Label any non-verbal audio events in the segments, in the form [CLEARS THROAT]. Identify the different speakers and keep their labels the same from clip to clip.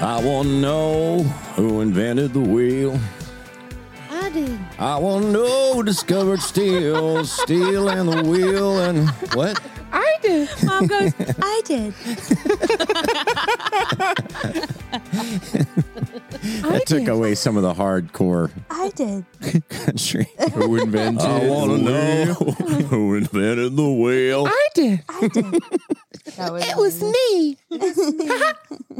Speaker 1: want to know who invented the wheel.
Speaker 2: I did.
Speaker 1: I want to know who discovered steel, steel and the wheel, and
Speaker 3: [LAUGHS]
Speaker 1: what?
Speaker 2: I did.
Speaker 4: Mom [LAUGHS] goes, I did.
Speaker 1: That took away some of the hardcore
Speaker 4: I did.
Speaker 1: country.
Speaker 3: Who invented
Speaker 1: I want to
Speaker 3: the
Speaker 1: know
Speaker 3: wheel?
Speaker 1: [LAUGHS] who invented the wheel.
Speaker 2: I did.
Speaker 4: I [LAUGHS] did. That was
Speaker 2: It was me.
Speaker 4: [LAUGHS]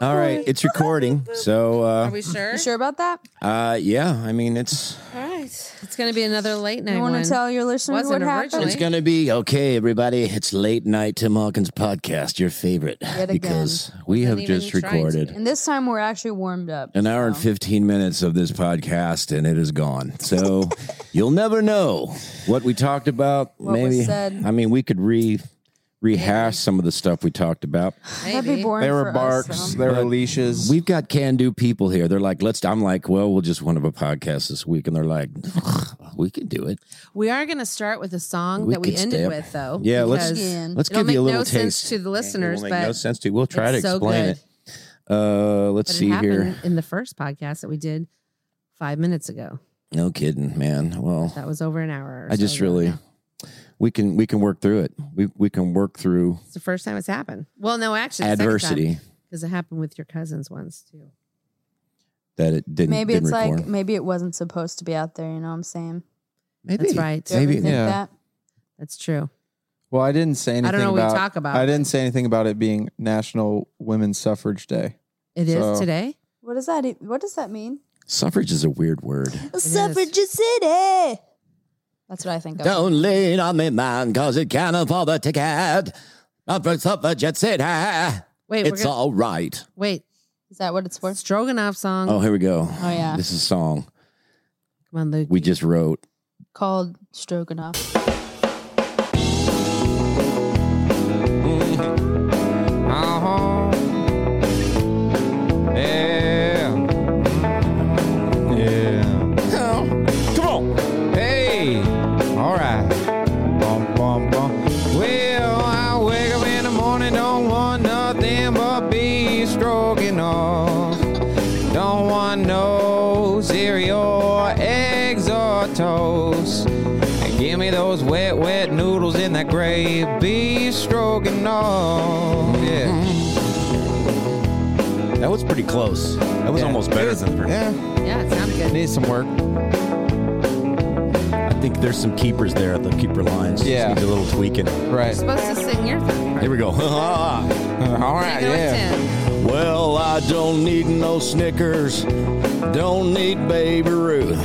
Speaker 1: All right, it's recording. So,
Speaker 5: Are
Speaker 1: uh,
Speaker 5: we sure?
Speaker 4: You sure about that?
Speaker 1: uh, yeah, I mean, it's
Speaker 5: All right. It's going to be another late night
Speaker 4: You
Speaker 5: one.
Speaker 4: want to tell your listeners
Speaker 5: Wasn't
Speaker 4: what happened?
Speaker 5: originally.
Speaker 1: it's gonna be okay, everybody. It's late night Tim Hawkins podcast, your favorite,
Speaker 4: again.
Speaker 1: because we have
Speaker 5: even
Speaker 1: just
Speaker 5: try to.
Speaker 1: recorded
Speaker 4: And this time we're actually warmed up.
Speaker 1: an hour and
Speaker 4: so.
Speaker 1: 15 minutes of this podcast and it is gone
Speaker 5: [LAUGHS]
Speaker 1: so you'll never know what we talked about
Speaker 4: What was
Speaker 1: maybe
Speaker 4: said.
Speaker 1: i mean we could re rehash some of the stuff we talked about
Speaker 4: That'd be
Speaker 5: Maybe.
Speaker 4: boring
Speaker 3: There
Speaker 4: for
Speaker 3: were
Speaker 4: us,
Speaker 3: barks.
Speaker 4: though.
Speaker 3: there were leashes.
Speaker 1: we've got can do people here they're like let's i'm like well we'll just one of a podcast this week and they're like we can do it
Speaker 5: We are going to start with a song
Speaker 1: We
Speaker 5: that we
Speaker 1: could
Speaker 5: ended
Speaker 1: stay up-
Speaker 5: with, though.
Speaker 1: yeah let's
Speaker 5: because
Speaker 4: Again.
Speaker 1: let's
Speaker 5: it'll
Speaker 1: give
Speaker 5: make
Speaker 1: you a little
Speaker 5: no
Speaker 1: taste
Speaker 5: sense to the listeners,
Speaker 1: It'll make
Speaker 5: but
Speaker 1: no sense to you. we'll try to
Speaker 5: it's so
Speaker 1: explain
Speaker 5: good.
Speaker 1: it uh let's
Speaker 5: But
Speaker 1: see
Speaker 5: it happened
Speaker 1: here
Speaker 5: in the first podcast that we did five minutes ago.
Speaker 1: no kidding man well
Speaker 5: That was over an hour. Or
Speaker 1: Oh. i
Speaker 5: so
Speaker 1: just
Speaker 5: ago
Speaker 1: really
Speaker 5: now.
Speaker 1: we can we can work through it we we can work through
Speaker 5: It's the first time it's happened. Well, no, actually,
Speaker 1: adversity
Speaker 5: because it happened with your cousins once too.
Speaker 1: that it didn't.
Speaker 4: Maybe
Speaker 1: didn't
Speaker 4: it's
Speaker 1: record.
Speaker 4: like maybe it wasn't supposed to be out there. You know what I'm saying?
Speaker 1: maybe
Speaker 5: That's right.
Speaker 4: Do you ever
Speaker 1: Maybe.
Speaker 4: think
Speaker 3: Yeah.
Speaker 4: that?
Speaker 5: That's true.
Speaker 3: well, I didn't say anything
Speaker 5: I don't know what
Speaker 3: about.
Speaker 5: we talk about.
Speaker 3: I didn't say anything about it being National Women's Suffrage Day.
Speaker 5: It is
Speaker 3: so-
Speaker 5: today.
Speaker 4: What does that? e- What does that mean?
Speaker 1: Suffrage is a weird word.
Speaker 5: is.
Speaker 4: Suffrage City. That's what I think of.
Speaker 1: Don't lean on me, man, cause it can't afford the ticket. Not for suffragette city.
Speaker 5: Wait, we're
Speaker 1: It's
Speaker 5: gonna,
Speaker 1: all right.
Speaker 5: wait.
Speaker 4: Is that what it's for?
Speaker 5: Stroganoff song.
Speaker 1: Oh, here we go.
Speaker 4: Oh yeah,
Speaker 1: This is a song
Speaker 5: Come on, Luke.
Speaker 1: we just wrote.
Speaker 4: called Stroganoff.
Speaker 3: Mm-hmm. Uh-huh. Yeah. Mm-hmm. Yeah.
Speaker 1: Oh, Come on.
Speaker 3: Hey. All right. Bum, bum, bum. Well, I wake up in the morning, don't want nothing but be stroking off. Don't want no cereal or eggs or toast. And give me those wet, wet noodles in that gravy beef stroking off. Yeah.
Speaker 1: That was pretty close. That was
Speaker 3: Yeah.
Speaker 1: almost better than the
Speaker 3: Yeah.
Speaker 5: yeah, it sounds good.
Speaker 3: Need some work.
Speaker 1: I think there's some keepers there at the keeper lines.
Speaker 3: Yeah.
Speaker 1: Just need a little tweaking.
Speaker 3: Right.
Speaker 5: You're supposed to sing your thing.
Speaker 1: Here we go. [LAUGHS]
Speaker 3: All right.
Speaker 5: Go
Speaker 3: Yeah.
Speaker 5: ten.
Speaker 1: Well, I don't need no Snickers, don't need Baby Ruth.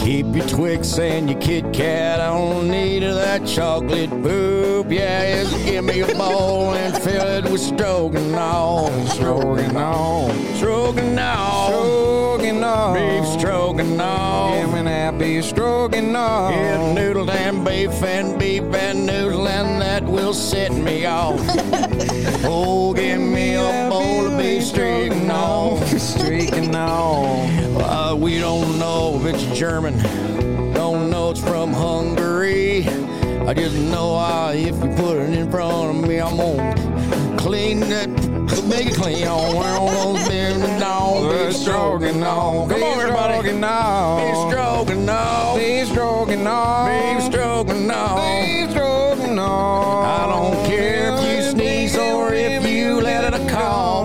Speaker 1: Keep your Twix and your Kit Kat, I don't need that chocolate poop. Yeah, just give me a bowl and fill it with stroganoff.
Speaker 3: Stroking on.
Speaker 1: Stroganoff.
Speaker 3: Stroking on.
Speaker 1: Beef
Speaker 3: Give
Speaker 1: stroganoff.
Speaker 3: me that beef stroking on.
Speaker 1: It's noodle and beef and beef and noodle and that will set me
Speaker 3: [LAUGHS]
Speaker 1: off. oh, give me a bowl of beef stroganoff.
Speaker 3: Streaking on.
Speaker 1: Uh, we don't know if it's German. Don't know it's from Hungary. I just know I, if you put it in front of me, I'm gonna clean that make it clean on. I don't know if it's dog.
Speaker 3: Beef stroking on.
Speaker 1: Come on, everybody.
Speaker 3: Beef stroking on.
Speaker 1: stroking off.
Speaker 3: Beef stroking on.
Speaker 1: Beef stroking off.
Speaker 3: Beef stroking on.
Speaker 1: I don't care if you sneeze or if you let it cough.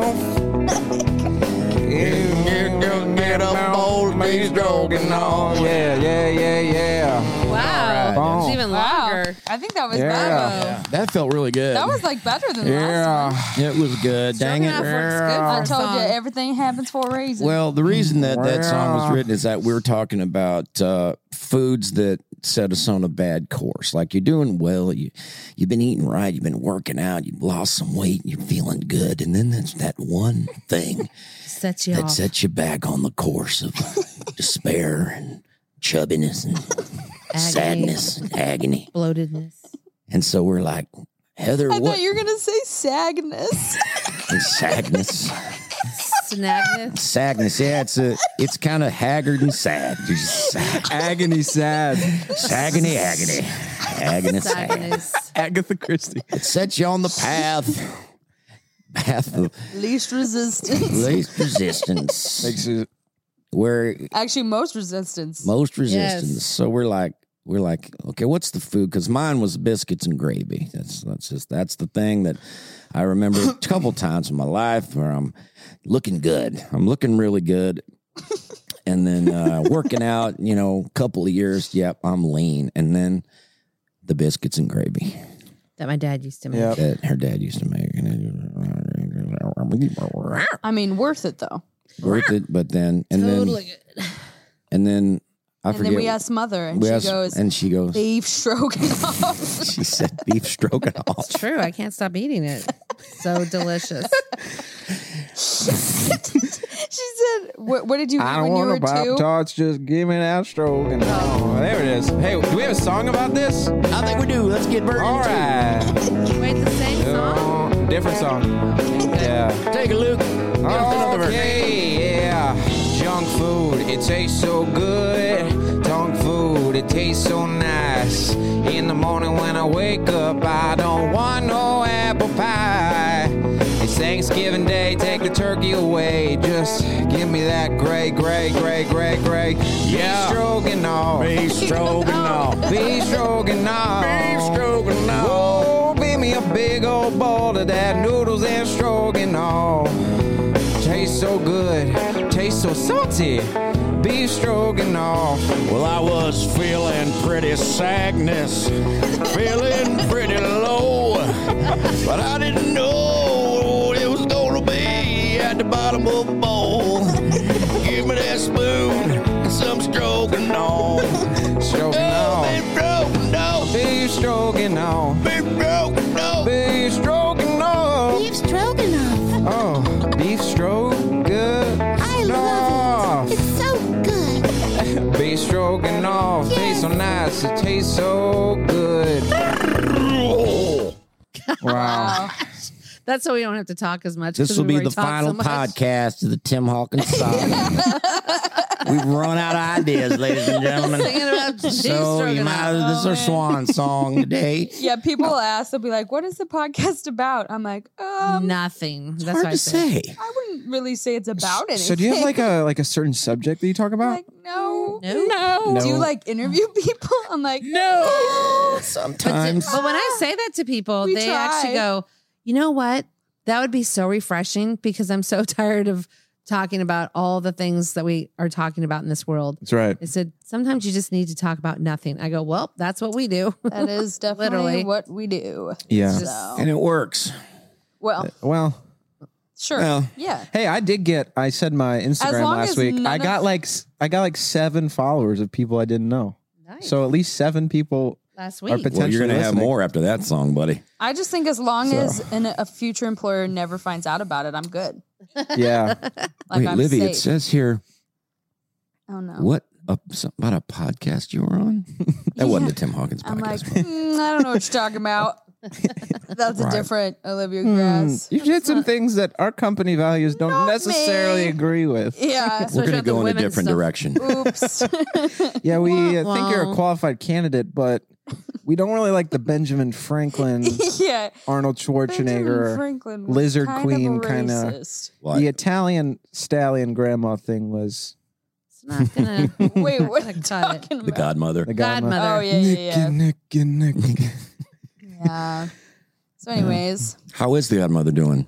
Speaker 1: You just get a bowl of beef stroking off.
Speaker 3: Yeah, yeah, yeah, yeah.
Speaker 5: Wow,
Speaker 3: All right.
Speaker 5: it's even longer.
Speaker 4: I think that was
Speaker 3: Yeah.
Speaker 4: better.
Speaker 1: That felt really good.
Speaker 4: That was like better than last.
Speaker 3: Yeah.
Speaker 1: It was good. Dang
Speaker 5: Stroganoff
Speaker 1: it.
Speaker 5: works good for
Speaker 4: I
Speaker 5: a
Speaker 4: told you
Speaker 5: song.
Speaker 4: everything happens for a reason.
Speaker 1: Well, the reason that that song was
Speaker 3: Wow.
Speaker 1: written is that we're talking about uh, foods that set us on a bad course. Like you're doing well, you you've been eating right, you've been working out, you've lost some weight, you're feeling good, and then there's that one thing
Speaker 5: Set you
Speaker 1: that
Speaker 5: off.
Speaker 1: sets you back on the course
Speaker 4: [LAUGHS]
Speaker 1: of despair and chubbiness and
Speaker 5: Agony.
Speaker 1: sadness and agony.
Speaker 5: Bloatedness.
Speaker 1: And so we're like, Heather,
Speaker 4: I
Speaker 1: what
Speaker 4: thought you were gonna say Sagnus.
Speaker 1: and sadness?
Speaker 5: Snagness.
Speaker 1: Sadness, yeah, it's a, it's kind of haggard and sad. You're just sad.
Speaker 3: Agony sad.
Speaker 1: Agony, agony, agony.
Speaker 5: Sadness.
Speaker 3: Agatha Christie.
Speaker 1: It sets you on the path path of
Speaker 4: Least resistance.
Speaker 1: least resistance,
Speaker 3: Makes it
Speaker 1: where
Speaker 4: Actually, most resistance.
Speaker 1: most resistance.
Speaker 5: Yes.
Speaker 1: So we're like, we're like, okay, what's the food? Because mine was biscuits and gravy. That's that's just that's the thing that I remember a couple times in my life where I'm looking good. I'm looking really good. And then uh, working out, you know, a couple of years. Yep, I'm lean. And then the biscuits and gravy
Speaker 5: that my dad used to make.
Speaker 3: Yep.
Speaker 1: that her dad used to make.
Speaker 4: I mean, worth it though.
Speaker 1: Worth it, but then and
Speaker 5: Totally
Speaker 1: then
Speaker 5: good.
Speaker 1: and then I
Speaker 4: And
Speaker 1: forget.
Speaker 4: then we asked mother, and
Speaker 1: we
Speaker 4: she
Speaker 1: asked-
Speaker 4: goes,
Speaker 1: and she goes,
Speaker 4: "Beef stroganoff."
Speaker 1: she said beef stroganoff.
Speaker 5: It's true. I can't stop eating it. So delicious.
Speaker 4: she said, "What, what did you eat
Speaker 3: I don't
Speaker 4: when you
Speaker 3: want
Speaker 4: were
Speaker 3: a
Speaker 4: two?
Speaker 3: Pop Tarts. Just give me that stroke. And oh, there it is. Hey, do we have a song about this?
Speaker 1: I think we do. Let's get burning.
Speaker 3: All right.
Speaker 5: Wait, the same song?
Speaker 3: Uh, different song. Yeah.
Speaker 1: Take a look.
Speaker 3: Okay, yeah. Junk food, it tastes so good. Junk food, it tastes so nice. In the morning when I wake up, I don't want no apple pie. It's Thanksgiving Day, take the turkey away. Just give me that gray, gray, gray, gray, gray.
Speaker 1: Yeah.
Speaker 3: Beef stroganoff.
Speaker 1: Beef stroganoff.
Speaker 3: Beef stroganoff.
Speaker 1: Beef stroganoff.
Speaker 3: Oh, give me a big old bowl of that noodles and stroganoff. Tastes so good, tastes so salty. Beef stroganoff.
Speaker 1: Well, I was feeling pretty sagness, feeling pretty low, but I didn't know it was gonna be at the bottom of the bowl. Give me that spoon and some stroganoff. Oh,
Speaker 3: Stroganoff.
Speaker 1: beef stroganoff.
Speaker 3: Beef stroganoff.
Speaker 1: Beef stroganoff.
Speaker 3: Beef stroganoff.
Speaker 2: Beef stroganoff.
Speaker 3: Oh, beef stroganoff.
Speaker 2: I love it. It's so good.
Speaker 3: Beef stroganoff. Tastes so nice, it tastes so good. Wow.
Speaker 5: That's so we don't have to talk as much.
Speaker 1: This
Speaker 5: 'cause
Speaker 1: will
Speaker 5: we've
Speaker 1: be
Speaker 5: already
Speaker 1: the
Speaker 5: talked
Speaker 1: final
Speaker 5: so much.
Speaker 1: podcast of the Tim Hawkins
Speaker 5: [LAUGHS]
Speaker 1: Saga. We've run out of ideas, ladies and
Speaker 5: [LAUGHS]
Speaker 1: gentlemen.
Speaker 5: Thinking about beef
Speaker 1: so you might,
Speaker 5: stroganoff.
Speaker 1: this is our swan song today.
Speaker 4: Yeah, people will ask, they'll be like, "What is the podcast about?" I'm like, um,
Speaker 5: Nothing. That's
Speaker 1: Hard
Speaker 5: what I
Speaker 1: to
Speaker 5: said.
Speaker 1: say.
Speaker 4: I wouldn't really say it's about anything.
Speaker 3: So do you have like a like a certain subject that you talk about?
Speaker 4: like no.
Speaker 5: No.
Speaker 3: No.
Speaker 4: Do you like interview people? I'm like,
Speaker 1: No, sometimes
Speaker 5: But when I say that to people,
Speaker 4: We
Speaker 5: they
Speaker 4: try.
Speaker 5: actually go, you know what? That would be so refreshing because I'm so [LAUGHS] tired of talking about all the things that we are talking about in this world.
Speaker 3: That's right.
Speaker 5: It said, sometimes you just need to talk about nothing. I go, well, that's what we do.
Speaker 4: that
Speaker 5: [LAUGHS]
Speaker 4: is definitely
Speaker 5: Literally.
Speaker 4: what we do.
Speaker 3: Yeah. Uh,
Speaker 4: So,
Speaker 1: and it works.
Speaker 4: well,
Speaker 3: Well,
Speaker 4: sure,
Speaker 1: well,
Speaker 4: yeah.
Speaker 3: hey, I did get. I said my Instagram
Speaker 4: long
Speaker 3: last
Speaker 4: as
Speaker 3: week.
Speaker 4: none
Speaker 3: I got
Speaker 4: of-
Speaker 3: like s- I got like seven followers of people I didn't know.
Speaker 5: Nice.
Speaker 3: So at least seven people.
Speaker 5: Last
Speaker 3: Our
Speaker 5: week.
Speaker 3: pot- Potentially listening.
Speaker 1: after that song, buddy.
Speaker 4: I just think as long
Speaker 3: So.
Speaker 4: as an, a future employer never finds out about it, I'm good.
Speaker 3: Yeah.
Speaker 4: [LAUGHS] Like
Speaker 1: Wait,
Speaker 4: I'm
Speaker 1: Livy,
Speaker 4: safe.
Speaker 1: it says here
Speaker 4: oh no,
Speaker 1: what a, something about a podcast you were on. [LAUGHS] that wasn't a Tim Hawkins
Speaker 4: I'm like,
Speaker 1: podcast.
Speaker 4: mm, I don't know what you're
Speaker 1: [LAUGHS]
Speaker 4: talking about. That's
Speaker 1: Right.
Speaker 4: a different Olivia
Speaker 3: Hmm.
Speaker 6: Mm,
Speaker 4: Grass.
Speaker 3: you did some things that our company values don't
Speaker 4: Not
Speaker 3: necessarily
Speaker 4: me.
Speaker 3: agree with. [LAUGHS]
Speaker 4: Yeah.
Speaker 5: That's
Speaker 1: we're going
Speaker 5: what
Speaker 1: to
Speaker 5: about the
Speaker 1: go in a
Speaker 5: women's
Speaker 1: different
Speaker 5: stuff.
Speaker 1: direction.
Speaker 4: Oops. [LAUGHS]
Speaker 3: Yeah, we uh, think you're a
Speaker 5: Wow.
Speaker 3: qualified candidate, but we don't really like the Benjamin Franklin,
Speaker 4: [LAUGHS] yeah.
Speaker 3: Arnold
Speaker 4: Benjamin
Speaker 3: Schwarzenegger,
Speaker 4: Franklin was
Speaker 3: lizard
Speaker 4: kind of
Speaker 3: queen
Speaker 4: a
Speaker 3: kinda-
Speaker 4: racist.
Speaker 1: What?
Speaker 3: the Italian stallion grandma thing was
Speaker 5: It's not
Speaker 3: [LAUGHS]
Speaker 5: gonna
Speaker 4: Wait, what are
Speaker 5: Got
Speaker 4: you
Speaker 5: [LAUGHS] it.
Speaker 4: talking
Speaker 1: the
Speaker 4: about?
Speaker 1: Godmother.
Speaker 3: the
Speaker 5: Godmother.
Speaker 3: godmother.
Speaker 4: Oh yeah, yeah,
Speaker 3: Nicky, Nicky, Nicky.
Speaker 4: yeah. yeah. So, anyways,
Speaker 1: How is the Godmother doing?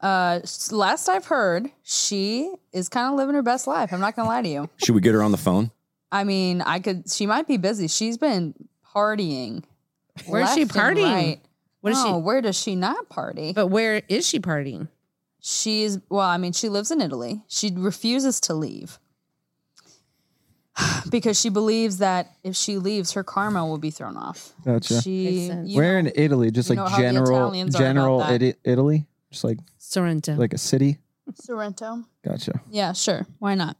Speaker 4: uh, s- last I've heard, she is kind of living her best life. I'm not gonna lie to you.
Speaker 1: Should we get her on the phone?
Speaker 4: I mean, I could. She might be busy. She's been partying.
Speaker 5: Where's she
Speaker 4: left and
Speaker 5: partying?
Speaker 4: right.
Speaker 5: What is
Speaker 4: oh,
Speaker 5: she?
Speaker 4: where does she not party?
Speaker 5: But where is she partying?
Speaker 4: She's well, I mean, she lives in Italy. She refuses to leave [SIGHS] because she believes that if she leaves, her karma will be thrown off.
Speaker 3: Gotcha.
Speaker 4: She,
Speaker 5: Makes sense.
Speaker 4: you
Speaker 3: Where
Speaker 4: know,
Speaker 3: in Italy? Just
Speaker 4: you know
Speaker 3: like
Speaker 4: how the
Speaker 3: general,
Speaker 4: Italians are about
Speaker 3: general
Speaker 4: that.
Speaker 3: Iti- Italy, just like
Speaker 5: Sorrento.
Speaker 3: like a city.
Speaker 4: Sorrento.
Speaker 3: Gotcha.
Speaker 4: Yeah, sure. Why not?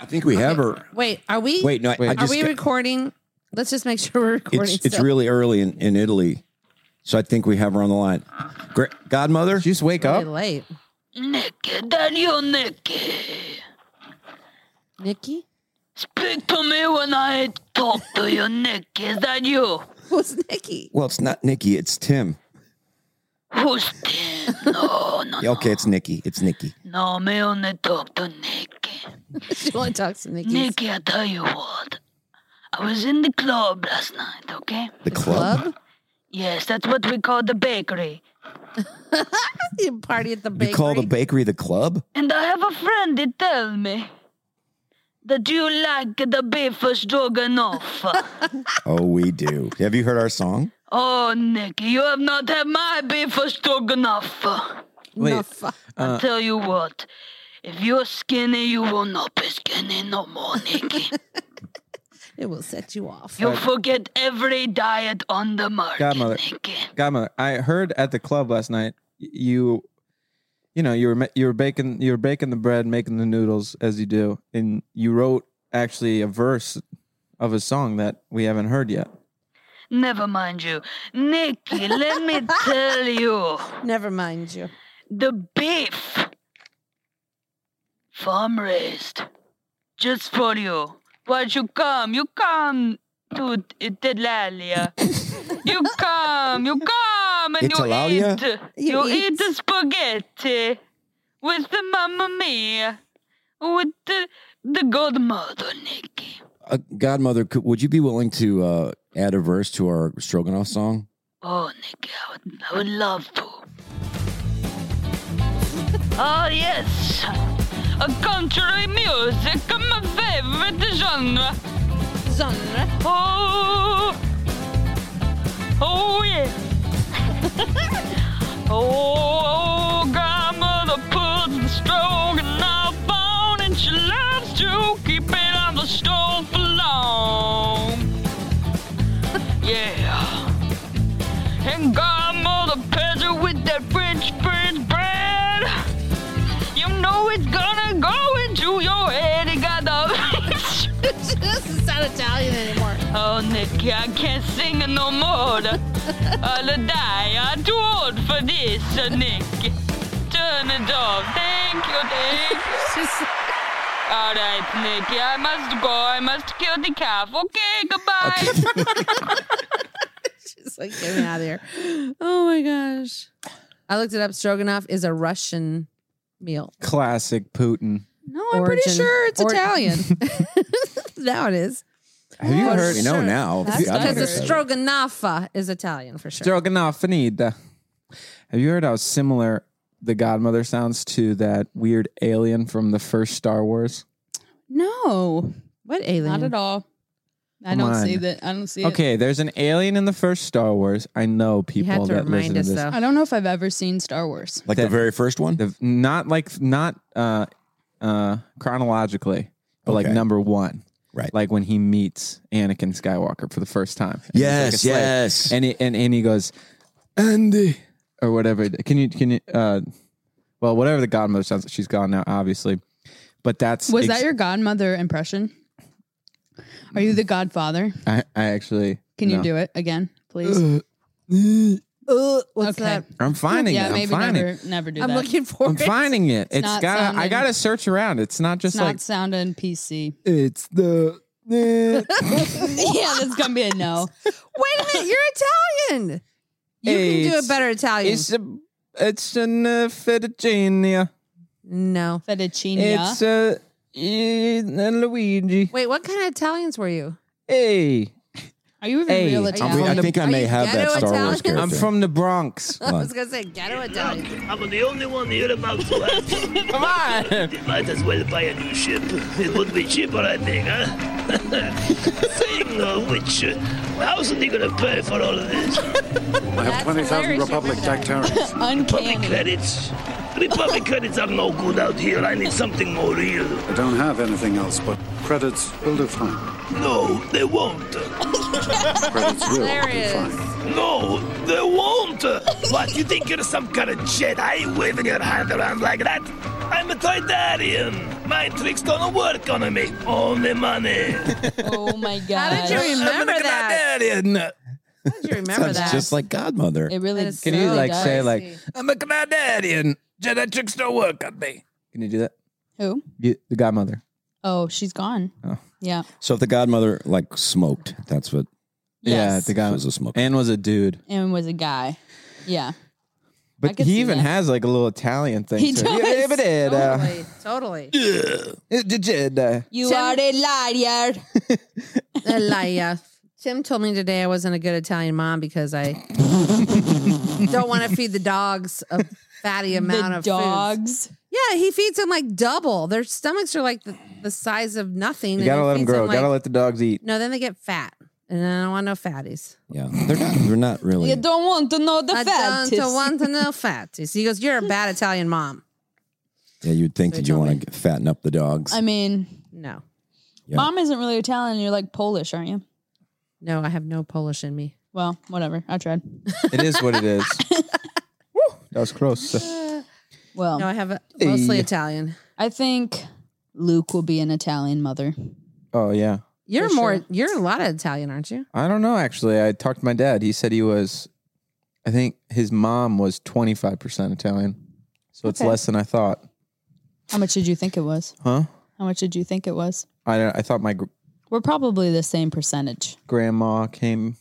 Speaker 1: I think we have her.
Speaker 5: Wait, are we?
Speaker 1: Wait, no,
Speaker 3: Wait.
Speaker 1: I
Speaker 3: Are
Speaker 5: are
Speaker 1: just
Speaker 5: we
Speaker 1: got-
Speaker 5: recording? Let's just make sure we're recording.
Speaker 1: it's, it's
Speaker 5: still.
Speaker 1: really early in, in Italy, so I think we have her on the line. Gra- Godmother,
Speaker 3: Did you just wake
Speaker 5: really
Speaker 3: up?
Speaker 5: late.
Speaker 7: Nicky, Daniel Nicky.
Speaker 5: Nikki,
Speaker 7: Speak to me when I talk to you, Nicky. Is that you?
Speaker 5: who's Nikki?
Speaker 1: well, it's not Nikki, it's Tim.
Speaker 7: Justin. No, no,
Speaker 1: Yeah, Okay, it's Nikki. It's Nikki.
Speaker 7: no. Me only talk to Nikki.
Speaker 5: [LAUGHS] she only talks to Nikki's.
Speaker 7: Nikki, I tell you what. I was in the club last night, okay?
Speaker 1: The club.
Speaker 7: Yes, that's what we call the bakery.
Speaker 5: [LAUGHS] You party at the bakery.
Speaker 1: You call the bakery the club?
Speaker 7: And I have a friend that tell me that you like the beef
Speaker 5: [LAUGHS]
Speaker 7: stroganoff.
Speaker 1: Oh, we do. Have you heard our song?
Speaker 7: oh, Nikki, you have not had my beef stroganoff.
Speaker 5: No,
Speaker 6: Wait,
Speaker 5: fuck.
Speaker 7: I tell you what, if you're skinny, you will not be skinny no more, Nikki.
Speaker 5: [LAUGHS] It will set you off.
Speaker 7: you forget every diet on the market,
Speaker 6: Godmother.
Speaker 7: Nikki.
Speaker 6: Godmother, I heard at the club last night y- you, you know, you were ma- you were baking you were baking the bread, making the noodles as you do, and you wrote actually a verse of a song that we haven't heard yet.
Speaker 7: Never mind you. Nikki, let me
Speaker 5: [LAUGHS]
Speaker 7: tell you.
Speaker 5: Never mind you.
Speaker 7: the beef farm raised just for you. Why'd you come? You come to
Speaker 5: [LAUGHS]
Speaker 7: Italalia. you come, you come, and
Speaker 1: Italalia?
Speaker 7: you eat.
Speaker 5: You
Speaker 7: You, eat.
Speaker 5: eat.
Speaker 7: the spaghetti with the mamma mia, with the the godmother, Nikki.
Speaker 1: Uh, Godmother, could, would you be willing to uh, add a verse to our Stroganoff song?
Speaker 7: Oh, Nikki, I would, I would love to. oh, yes. A country music, my favorite genre.
Speaker 5: Genre.
Speaker 7: Oh, oh yeah. oh, grandmother puts the stroganoff on, and she loves to keep it on the stove for long. Yeah. And grandmother pairs it with that French French bread. You know it's gonna go into your head. It got [LAUGHS] the.
Speaker 5: this is not Italian anymore.
Speaker 7: Oh, Nicky, I can't sing no
Speaker 5: [LAUGHS]
Speaker 7: more. I'll die. I'm too old for this, Nick. Turn it off. Thank you, Nick. All right, Nicky, I must go. I must kill the calf. Okay, goodbye. [LAUGHS]
Speaker 5: She's like, get me out of here. Oh my gosh. I looked it up. Stroganoff is a Russian meal.
Speaker 6: Classic Putin.
Speaker 4: No, I'm pretty
Speaker 5: Origin-
Speaker 4: sure it's
Speaker 5: or-
Speaker 4: Italian.
Speaker 5: [LAUGHS] now it is.
Speaker 6: Have you heard
Speaker 1: We know now.
Speaker 4: That's
Speaker 1: Yeah, I
Speaker 5: Oh, Because
Speaker 1: don't
Speaker 4: That's
Speaker 5: the
Speaker 1: know.
Speaker 4: good.
Speaker 5: stroganoff is Italian for sure.
Speaker 6: Stroganoffenida? E Have you heard how similar the Godmother sounds to that weird alien from the first Star Wars?
Speaker 4: no,
Speaker 5: what alien?
Speaker 4: not at all. I
Speaker 6: Come
Speaker 4: don't
Speaker 6: on.
Speaker 4: see that. I don't see it.
Speaker 6: Okay, there's an alien in the first Star Wars. I know
Speaker 5: You
Speaker 6: people
Speaker 5: had to
Speaker 6: that
Speaker 5: remind
Speaker 6: listen
Speaker 5: us
Speaker 6: to this.
Speaker 5: though.
Speaker 4: I don't know if I've ever seen Star Wars.
Speaker 1: Like the very first one?
Speaker 6: The, not like not uh uh chronologically, but like
Speaker 1: Okay.
Speaker 6: number one.
Speaker 1: Right.
Speaker 6: Like when he meets Anakin Skywalker for the first time. And he's like a
Speaker 1: yes,
Speaker 6: slave.
Speaker 1: yes.
Speaker 6: And he, and and he goes, Andy or whatever. Can you can you uh well whatever the godmother sounds she's gone now, obviously. But that's
Speaker 4: Was
Speaker 6: ex-
Speaker 4: that your godmother impression? Are you the godfather?
Speaker 6: I, I actually
Speaker 4: Can you
Speaker 6: no. Uh,
Speaker 4: do it again, please?
Speaker 5: Ugh, Uh, what's
Speaker 4: Okay.
Speaker 5: that?
Speaker 6: I'm finding
Speaker 4: yeah,
Speaker 6: it. I'm
Speaker 4: maybe
Speaker 6: finding it.
Speaker 4: never, never do
Speaker 5: I'm
Speaker 4: that.
Speaker 5: looking for
Speaker 6: I'm
Speaker 5: it.
Speaker 6: finding it. It's,
Speaker 4: not
Speaker 6: gotta I
Speaker 4: sounding-
Speaker 6: gotta search around. It's not just
Speaker 4: it's
Speaker 6: like
Speaker 4: not sounding
Speaker 6: [LAUGHS]
Speaker 4: PC.
Speaker 6: it's the
Speaker 4: [LAUGHS] yeah, that's gonna be a no.
Speaker 5: Wait a minute, you're Italian. You can do
Speaker 6: It's-
Speaker 5: a better Italian.
Speaker 6: It's a it's an uh, fettuccine.
Speaker 5: no.
Speaker 4: Fettuccine.
Speaker 6: It's a in- uh, Luigi.
Speaker 5: Wait, what kind of Italians were you?
Speaker 6: Hey,
Speaker 4: Are you even
Speaker 6: Hey,
Speaker 4: real
Speaker 6: I'm
Speaker 1: I
Speaker 4: Italian?
Speaker 1: mean, I
Speaker 6: the-
Speaker 1: think I
Speaker 5: Are
Speaker 1: may
Speaker 5: you
Speaker 1: have that
Speaker 5: ghetto
Speaker 1: Star Wars
Speaker 5: Italian?
Speaker 1: character.
Speaker 6: I'm from
Speaker 5: [LAUGHS]
Speaker 6: the Bronx.
Speaker 5: I was gonna say ghetto Italian.
Speaker 8: I'm the only one here about to
Speaker 9: [LAUGHS]
Speaker 8: ask. [LAUGHS]
Speaker 6: Come on.
Speaker 8: Might as well buy a new ship. It would be cheaper, I think, huh? [LAUGHS] Thing of which, uh, how's he gonna pay for all of
Speaker 9: [LAUGHS]
Speaker 8: this?
Speaker 9: I have
Speaker 5: That's
Speaker 9: 20,000
Speaker 5: hilarious,
Speaker 9: Republic
Speaker 5: Richard.
Speaker 9: dictators.
Speaker 8: Republic
Speaker 4: [LAUGHS] Uncanny.
Speaker 8: credits. Republic credits are no good out here. I need something more real.
Speaker 9: I don't have anything else but credits will do fine.
Speaker 8: No, they won't.
Speaker 9: Credits will do
Speaker 5: Hilarious.
Speaker 9: fine.
Speaker 8: No, they won't. What, you think you're some kind of Jedi waving your hand around like that? I'm a Tridarian. My tricks don't work on me. Only money.
Speaker 4: Oh my
Speaker 5: How
Speaker 4: god.
Speaker 5: did you remember
Speaker 8: I'm a
Speaker 5: that?
Speaker 8: Tridarian.
Speaker 5: How did you remember
Speaker 1: Sounds
Speaker 5: that?
Speaker 1: just like Godmother.
Speaker 4: it really
Speaker 5: That is
Speaker 6: Can you
Speaker 5: so
Speaker 6: like say
Speaker 5: does.
Speaker 6: like I'm a Canadian? Jedi tricks don't work on me. Can you do that?
Speaker 4: who?
Speaker 6: You, the Godmother.
Speaker 4: Oh, she's gone.
Speaker 6: Oh.
Speaker 4: Yeah.
Speaker 1: So if the Godmother like smoked, that's what
Speaker 6: Yeah,
Speaker 4: Yes.
Speaker 6: the
Speaker 1: was
Speaker 6: Godmother.
Speaker 1: a smoke.
Speaker 6: And was a dude.
Speaker 4: And was a guy. Yeah.
Speaker 6: But
Speaker 4: could
Speaker 6: he
Speaker 4: see
Speaker 6: even
Speaker 4: that.
Speaker 6: has like a little Italian thing.
Speaker 4: He
Speaker 6: to
Speaker 4: does.
Speaker 6: It. Yeah, [LAUGHS] but it, uh,
Speaker 5: Totally. Totally.
Speaker 6: it did, did, uh,
Speaker 4: You
Speaker 5: Tim-
Speaker 4: are a
Speaker 5: [LAUGHS]
Speaker 4: liar.
Speaker 5: Elia. Tim told me today I wasn't a good Italian mom
Speaker 4: [LAUGHS]
Speaker 5: because I don't want to feed the dogs a fatty amount
Speaker 4: The
Speaker 5: of foods.
Speaker 4: dogs.
Speaker 5: Yeah, he feeds them like double. Their stomachs are like the, the size of nothing.
Speaker 6: You
Speaker 5: and
Speaker 6: gotta
Speaker 5: he
Speaker 6: let them
Speaker 5: feeds
Speaker 6: grow.
Speaker 5: like-
Speaker 6: gotta let the dogs eat.
Speaker 5: no, then they get fat, and I don't want no fatties.
Speaker 1: Yeah, they're not. They're not
Speaker 4: [LAUGHS]
Speaker 1: really.
Speaker 4: You don't want to know the
Speaker 5: I
Speaker 4: facts. [LAUGHS]
Speaker 5: don't want to no fatties. He goes, "You're a bad Italian mom."
Speaker 1: yeah, you'd think
Speaker 5: They
Speaker 1: that you
Speaker 5: told
Speaker 1: want to fatten up the dogs.
Speaker 4: I mean,
Speaker 5: No,
Speaker 1: Yeah.
Speaker 4: mom isn't really Italian. You're like Polish, aren't you?
Speaker 5: no, I have no Polish in me.
Speaker 4: Well, whatever. I tried.
Speaker 6: It is what it
Speaker 4: [LAUGHS]
Speaker 6: is. Woo, that was close.
Speaker 4: Well,
Speaker 5: No, I have a, mostly
Speaker 6: Hey.
Speaker 5: Italian.
Speaker 4: I think Luke will be an Italian mother.
Speaker 6: Oh yeah.
Speaker 5: You're
Speaker 4: For
Speaker 5: more.
Speaker 4: sure.
Speaker 5: You're a lot of Italian, aren't you?
Speaker 6: I don't know. Actually, I talked to my dad. He said he was. I think his mom was twenty five percent Italian, so it's
Speaker 4: Okay.
Speaker 6: less than I thought.
Speaker 4: How much did you think it was?
Speaker 6: Huh?
Speaker 4: How much did you think it was?
Speaker 6: I don't- I thought my gr-
Speaker 4: We're probably the same percentage.
Speaker 6: grandma came.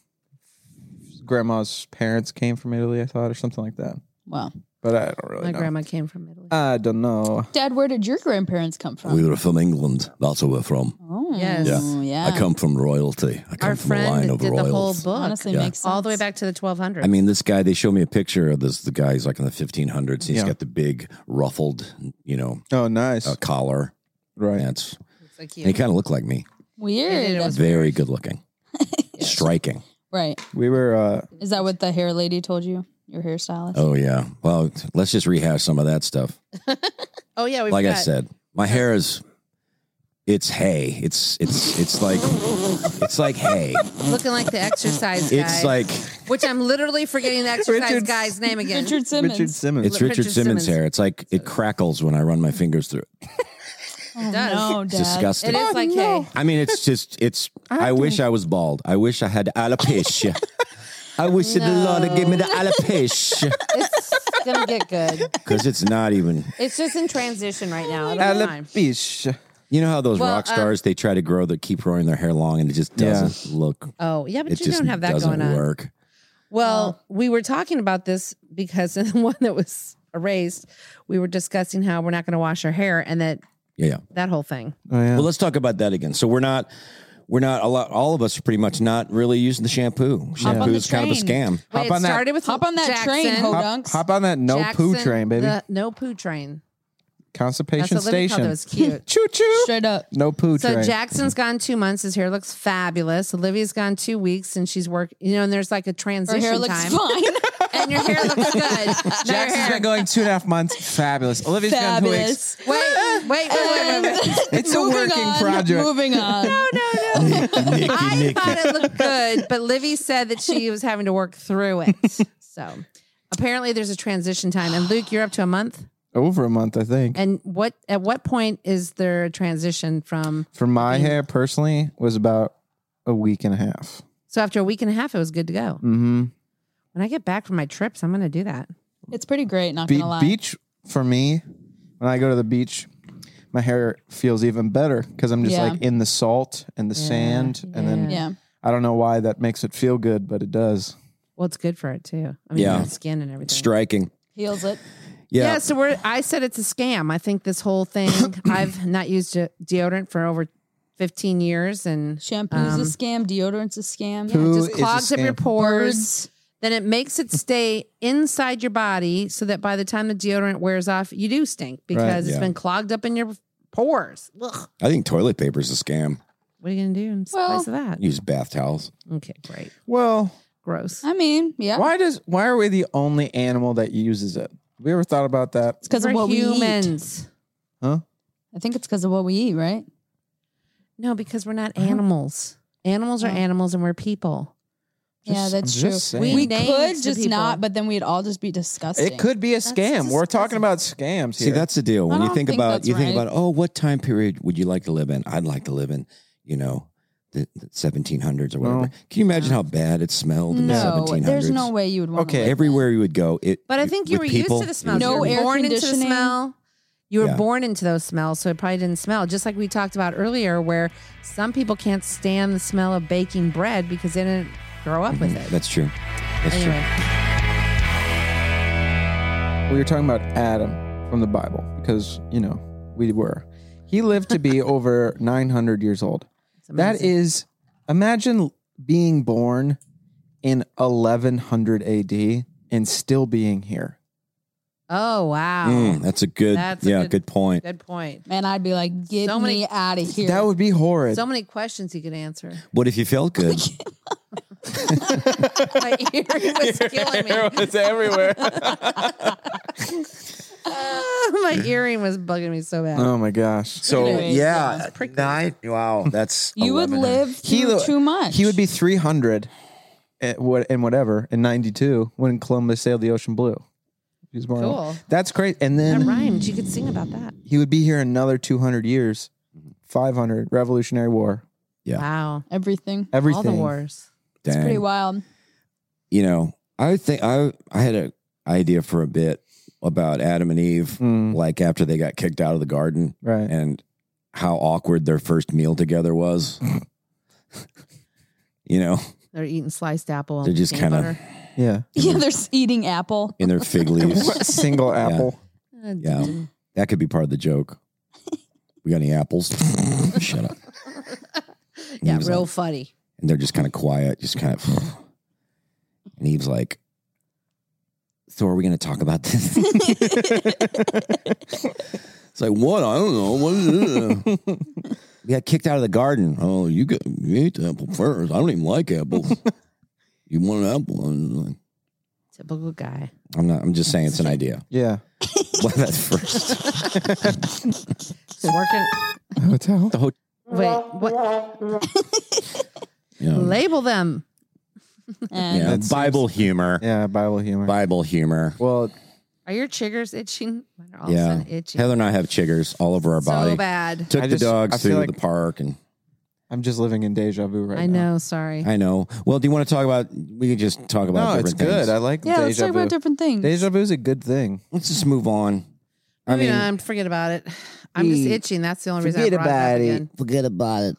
Speaker 6: Grandma's parents came from Italy, I thought, or something like that.
Speaker 4: Wow.
Speaker 6: But I don't really
Speaker 5: My
Speaker 6: know.
Speaker 5: grandma came from Italy.
Speaker 6: I don't know.
Speaker 4: Dad, where did your grandparents come from?
Speaker 1: we were from England. That's where we're from.
Speaker 4: oh,
Speaker 5: Yes. Yeah.
Speaker 4: yeah.
Speaker 1: I come from royalty. I come
Speaker 5: Our
Speaker 1: from a line
Speaker 5: friend
Speaker 1: of
Speaker 5: did the whole
Speaker 1: royals.
Speaker 5: book,
Speaker 4: Honestly,
Speaker 1: Yeah.
Speaker 4: makes sense.
Speaker 5: all the way back to the 1200s.
Speaker 1: I mean, this guy. They show me a picture of this. The guy's like in the 1500s. He's
Speaker 6: Yeah.
Speaker 1: got the big ruffled, you know,
Speaker 6: Oh, nice.
Speaker 1: uh, collar.
Speaker 6: right.
Speaker 1: That's.
Speaker 5: it's like
Speaker 1: and He kind of looked like me.
Speaker 4: Weird.
Speaker 5: It was-
Speaker 1: Very good
Speaker 5: [LAUGHS]
Speaker 1: looking. Striking.
Speaker 4: right.
Speaker 6: We were. uh
Speaker 4: Is that what the hair lady told you? Your hairstylist?
Speaker 1: Oh yeah. Well, let's just rehash some of that stuff.
Speaker 4: [LAUGHS]
Speaker 5: oh yeah, we've
Speaker 1: like
Speaker 5: got,
Speaker 1: I said, my hair is it's hay. It's it's it's like it's like
Speaker 5: [LAUGHS]
Speaker 1: hay.
Speaker 5: looking like
Speaker 6: [LAUGHS]
Speaker 5: the exercise guy.
Speaker 1: It's like
Speaker 5: which I'm literally forgetting the exercise
Speaker 6: Richard's-
Speaker 5: guy's name again.
Speaker 4: Richard Simmons.
Speaker 6: Richard Simmons.
Speaker 1: it's
Speaker 5: Richard
Speaker 1: Richard Simmons,
Speaker 5: Simmons.
Speaker 1: hair. It's like it crackles when I run my fingers through it.
Speaker 4: Oh,
Speaker 5: does.
Speaker 4: no,
Speaker 1: It's
Speaker 4: Dad.
Speaker 1: disgusting.
Speaker 5: It is like hey,
Speaker 1: I mean, it's just it's. I, wish I was bald. I wish I had
Speaker 5: [LAUGHS]
Speaker 1: alopecia. I wish that the Lord would give me the alopecia
Speaker 5: it's gonna get good.
Speaker 1: because it's not even.
Speaker 5: It's just in transition right now. It'll be fine.
Speaker 6: Alopecia.
Speaker 1: You know how those
Speaker 5: Well, uh,
Speaker 1: rock stars they try to grow, they keep growing their hair long, and it just
Speaker 6: Yeah.
Speaker 1: doesn't look.
Speaker 5: Oh yeah, but
Speaker 1: it
Speaker 5: you
Speaker 1: just
Speaker 5: don't have that
Speaker 1: doesn't
Speaker 5: going on.
Speaker 1: work.
Speaker 5: Well, we were talking about this because [LAUGHS] in the one that was erased, we were discussing how we're not going to wash our hair and that
Speaker 1: Yeah, yeah.
Speaker 5: that whole thing.
Speaker 6: Oh yeah.
Speaker 1: Well, let's talk about that again. So we're not, we're not a lot. All of us are pretty much not really using the shampoo.
Speaker 4: on the
Speaker 1: Shampoo is kind of a
Speaker 4: train.
Speaker 1: scam.
Speaker 5: Wait,
Speaker 6: Hop
Speaker 5: it
Speaker 6: on that-
Speaker 5: started with
Speaker 4: Hop on that
Speaker 5: Jackson,
Speaker 4: train, ho
Speaker 6: hop,
Speaker 4: dunks.
Speaker 6: hop on that no poo
Speaker 5: Jackson,
Speaker 6: train, baby.
Speaker 5: the no poo train. That's
Speaker 6: Constipation
Speaker 5: what Libby
Speaker 6: station.
Speaker 5: called it. It was cute.
Speaker 6: [LAUGHS] Choo choo.
Speaker 4: Straight up.
Speaker 6: No poo
Speaker 5: So
Speaker 6: train.
Speaker 5: Jackson's gone two months. His hair looks fabulous. Olivia's gone two weeks, and she's work. You know, and there's like a
Speaker 4: Her
Speaker 5: transition
Speaker 4: hair looks
Speaker 5: time, [LAUGHS]
Speaker 4: fine.
Speaker 5: and your hair looks good. Now your
Speaker 6: [LAUGHS] Jackson's
Speaker 5: hair-
Speaker 6: been going two and a half months. Fabulous. Olivia's gone two weeks.
Speaker 4: Fabulous.
Speaker 5: Wait, wait, wait, [LAUGHS] wait, wait. wait.
Speaker 6: [LAUGHS] It's a working
Speaker 4: on,
Speaker 6: project.
Speaker 4: Moving
Speaker 5: [LAUGHS]
Speaker 4: on.
Speaker 6: [LAUGHS]
Speaker 5: I thought it looked good, but Livy said that she was having to work through
Speaker 6: [LAUGHS]
Speaker 5: it. So apparently, there's a transition time. And Luke, you're up to a month.
Speaker 6: Over a month, I think.
Speaker 5: And what at what point is there a transition from?
Speaker 6: For my hair, personally, was about a week and a half.
Speaker 5: So after a week and a half, it was good to go.
Speaker 6: Mm-hmm.
Speaker 5: When I get back from my trips, I'm going to do that.
Speaker 4: It's pretty great, not
Speaker 6: Be-
Speaker 4: gonna lie.
Speaker 6: beach for me. When I go to the beach, my hair feels even better because I'm just
Speaker 4: Yeah.
Speaker 6: like in the salt and the sand, and then
Speaker 4: Yeah.
Speaker 6: I don't know why that makes it feel good, but it does.
Speaker 5: Well, it's good for it too. I mean,
Speaker 1: Yeah.
Speaker 5: your skin and everything.
Speaker 1: Striking.
Speaker 4: Heals it.
Speaker 1: Yeah.
Speaker 5: Yeah, so we're. I said it's a scam. I think this whole [COUGHS] thing. I've not used a deodorant for over 15 years, and um,
Speaker 4: Shampoo's a scam. Deodorant's a scam.
Speaker 5: Yeah, it
Speaker 6: Poo
Speaker 5: just
Speaker 6: is a
Speaker 5: clogs up your
Speaker 6: scam.
Speaker 5: pores.
Speaker 4: Birds.
Speaker 5: Then it makes it stay inside your body so that by the time the deodorant wears off, you do stink because it's
Speaker 1: yeah.
Speaker 5: been clogged up in your pores. Ugh.
Speaker 1: I think toilet paper is a scam.
Speaker 5: What are you going to do in
Speaker 4: Well-
Speaker 5: place of that?
Speaker 1: Use bath towels.
Speaker 5: Okay, great.
Speaker 6: Well,
Speaker 5: Gross.
Speaker 4: I mean, yeah.
Speaker 6: why does why are we the only animal that uses it? We ever thought about that?
Speaker 4: It's because of
Speaker 5: We're
Speaker 4: what we eat.
Speaker 5: humans.
Speaker 6: Huh?
Speaker 4: I think it's because of what we eat, right?
Speaker 5: No, because we're not [LAUGHS] animals. Animals are animals and we're people.
Speaker 4: yeah,
Speaker 6: Just-
Speaker 4: that's
Speaker 6: I'm
Speaker 4: true.
Speaker 6: just
Speaker 5: We
Speaker 6: saying.
Speaker 4: We
Speaker 5: named
Speaker 4: could
Speaker 5: the
Speaker 4: just
Speaker 5: people.
Speaker 4: not, but then we'd all just be disgusting.
Speaker 6: It could be a scam. We're talking
Speaker 5: disgusting.
Speaker 6: about scams here.
Speaker 1: See, that's the deal. When
Speaker 4: I
Speaker 1: you
Speaker 4: don't
Speaker 1: think,
Speaker 4: think
Speaker 1: about
Speaker 4: that's
Speaker 1: you think
Speaker 4: right.
Speaker 1: about oh, what time period would you like to live in? I'd like to live in, you know, the seventeen hundreds or whatever.
Speaker 6: No.
Speaker 1: Can you imagine how bad it smelled in the
Speaker 4: No,
Speaker 1: seventeen
Speaker 4: there's
Speaker 1: hundreds?
Speaker 4: no way you would want.
Speaker 6: Okay.
Speaker 1: Everywhere you would go, it.
Speaker 5: But I think you
Speaker 1: with
Speaker 5: were
Speaker 1: people,
Speaker 5: used to the smell.
Speaker 1: it was
Speaker 5: you
Speaker 4: No
Speaker 5: were
Speaker 1: really-
Speaker 4: air
Speaker 5: born into the
Speaker 4: conditioning.
Speaker 5: smell. You were
Speaker 1: Yeah.
Speaker 5: born into those smells, so it probably didn't smell. Just like we talked about earlier, where some people can't stand the smell of baking bread because
Speaker 6: Mm-hmm.
Speaker 5: they didn't grow up with it.
Speaker 1: That's true. That's true.
Speaker 5: Anyway.
Speaker 6: We were talking about Adam from the Bible because, you know, we were. He lived
Speaker 5: [LAUGHS]
Speaker 6: to be over 900 years old. That is, imagine being born in 1100 AD and still being here.
Speaker 5: Oh wow.
Speaker 1: Mm, that's a good,
Speaker 5: That's a
Speaker 1: yeah,
Speaker 5: good-
Speaker 1: good, point.
Speaker 5: Good point.
Speaker 4: Man, I'd be like, get
Speaker 5: So many-
Speaker 4: me out of here.
Speaker 6: That would be horrid.
Speaker 5: So many questions he could answer.
Speaker 1: What if you felt
Speaker 4: [LAUGHS]
Speaker 1: good?
Speaker 5: My [LAUGHS] ear was killing me.
Speaker 6: it's everywhere.
Speaker 5: [LAUGHS] My earring was bugging me so bad.
Speaker 6: oh my gosh.
Speaker 1: so
Speaker 4: Anyways, yeah,
Speaker 1: yeah, nine. Wow, that's
Speaker 4: [LAUGHS] you would
Speaker 1: 11.
Speaker 4: live through too much.
Speaker 6: He would be 300 at what and whatever in 92 when Columbus sailed the ocean blue. He was born.
Speaker 5: Cool.
Speaker 6: That's great. And
Speaker 5: That
Speaker 6: then
Speaker 5: rhymed. You could sing about that.
Speaker 6: he would be here another 200 years,
Speaker 1: Mm-hmm.
Speaker 6: 500 Revolutionary War,
Speaker 5: Wow.
Speaker 4: everything.
Speaker 6: everything.
Speaker 5: All the wars.
Speaker 4: It's pretty
Speaker 1: Dang.
Speaker 4: wild.
Speaker 1: you know, I think I I had a idea for a bit about Adam and Eve,
Speaker 6: Mm,
Speaker 1: like after they got kicked out of the garden
Speaker 6: right.
Speaker 1: and how awkward their first meal together
Speaker 6: [LAUGHS]
Speaker 1: was. you know,
Speaker 5: They're eating sliced apple. and
Speaker 1: They're just
Speaker 5: peanut
Speaker 1: kinda-
Speaker 5: butter.
Speaker 6: yeah.
Speaker 4: [LAUGHS] Yeah, they're s- eating apple.
Speaker 1: in their
Speaker 6: [LAUGHS]
Speaker 1: fig leaves.
Speaker 6: What single apple?
Speaker 5: Uh,
Speaker 1: Yeah. That could be part of the joke. We got any
Speaker 6: [LAUGHS]
Speaker 1: apples? Shut up. And
Speaker 5: Yeah,
Speaker 1: Eve's
Speaker 5: real
Speaker 1: like-
Speaker 5: funny.
Speaker 1: and they're just kind of quiet, just kind of. [SIGHS] And Eve's like, "So are we going to talk about
Speaker 6: [LAUGHS]
Speaker 1: this?" it's like, "What? I don't know. What is it?"
Speaker 6: [LAUGHS]
Speaker 1: we got kicked out of the garden. Oh, you got you ate the apple first. I don't even like
Speaker 6: [LAUGHS]
Speaker 1: apples. you want an apple? I'm, like,
Speaker 4: [LAUGHS]
Speaker 5: Typical guy.
Speaker 1: I'm not. I'm just saying it's an idea. [LAUGHS]
Speaker 6: Yeah.
Speaker 1: Well, that's first.
Speaker 5: Just working.
Speaker 6: Hotel.
Speaker 5: Wait, what?
Speaker 1: You know,
Speaker 5: Label them.
Speaker 4: And
Speaker 1: yeah,
Speaker 6: That
Speaker 1: Bible humor.
Speaker 6: Yeah. Bible humor.
Speaker 1: Bible humor.
Speaker 6: Well,
Speaker 5: Are your chiggers itching? Mine are all of a
Speaker 1: Yeah.
Speaker 5: sudden itching.
Speaker 1: Heather and I have chiggers all over our body.
Speaker 5: So bad.
Speaker 1: Took
Speaker 6: I
Speaker 1: the
Speaker 6: just- I
Speaker 1: dogs
Speaker 6: feel
Speaker 1: to
Speaker 6: like-
Speaker 1: the park and.
Speaker 6: I'm just living in deja vu right
Speaker 5: I
Speaker 6: now.
Speaker 5: know. Sorry.
Speaker 1: I know. Well, do you want to talk about? We can just talk about.
Speaker 6: No, it's
Speaker 1: different
Speaker 6: good.
Speaker 1: Things.
Speaker 6: I like
Speaker 4: yeah,
Speaker 6: deja
Speaker 4: let's talk
Speaker 6: vu.
Speaker 4: about different things.
Speaker 6: deja vu is a good thing.
Speaker 1: Let's just move on. I
Speaker 5: I mean,
Speaker 1: mean,
Speaker 5: forget about it. I'm just itching. That's the only reason I
Speaker 6: forget
Speaker 5: brought
Speaker 6: about
Speaker 5: it
Speaker 6: it.
Speaker 5: up again.
Speaker 1: forget about it.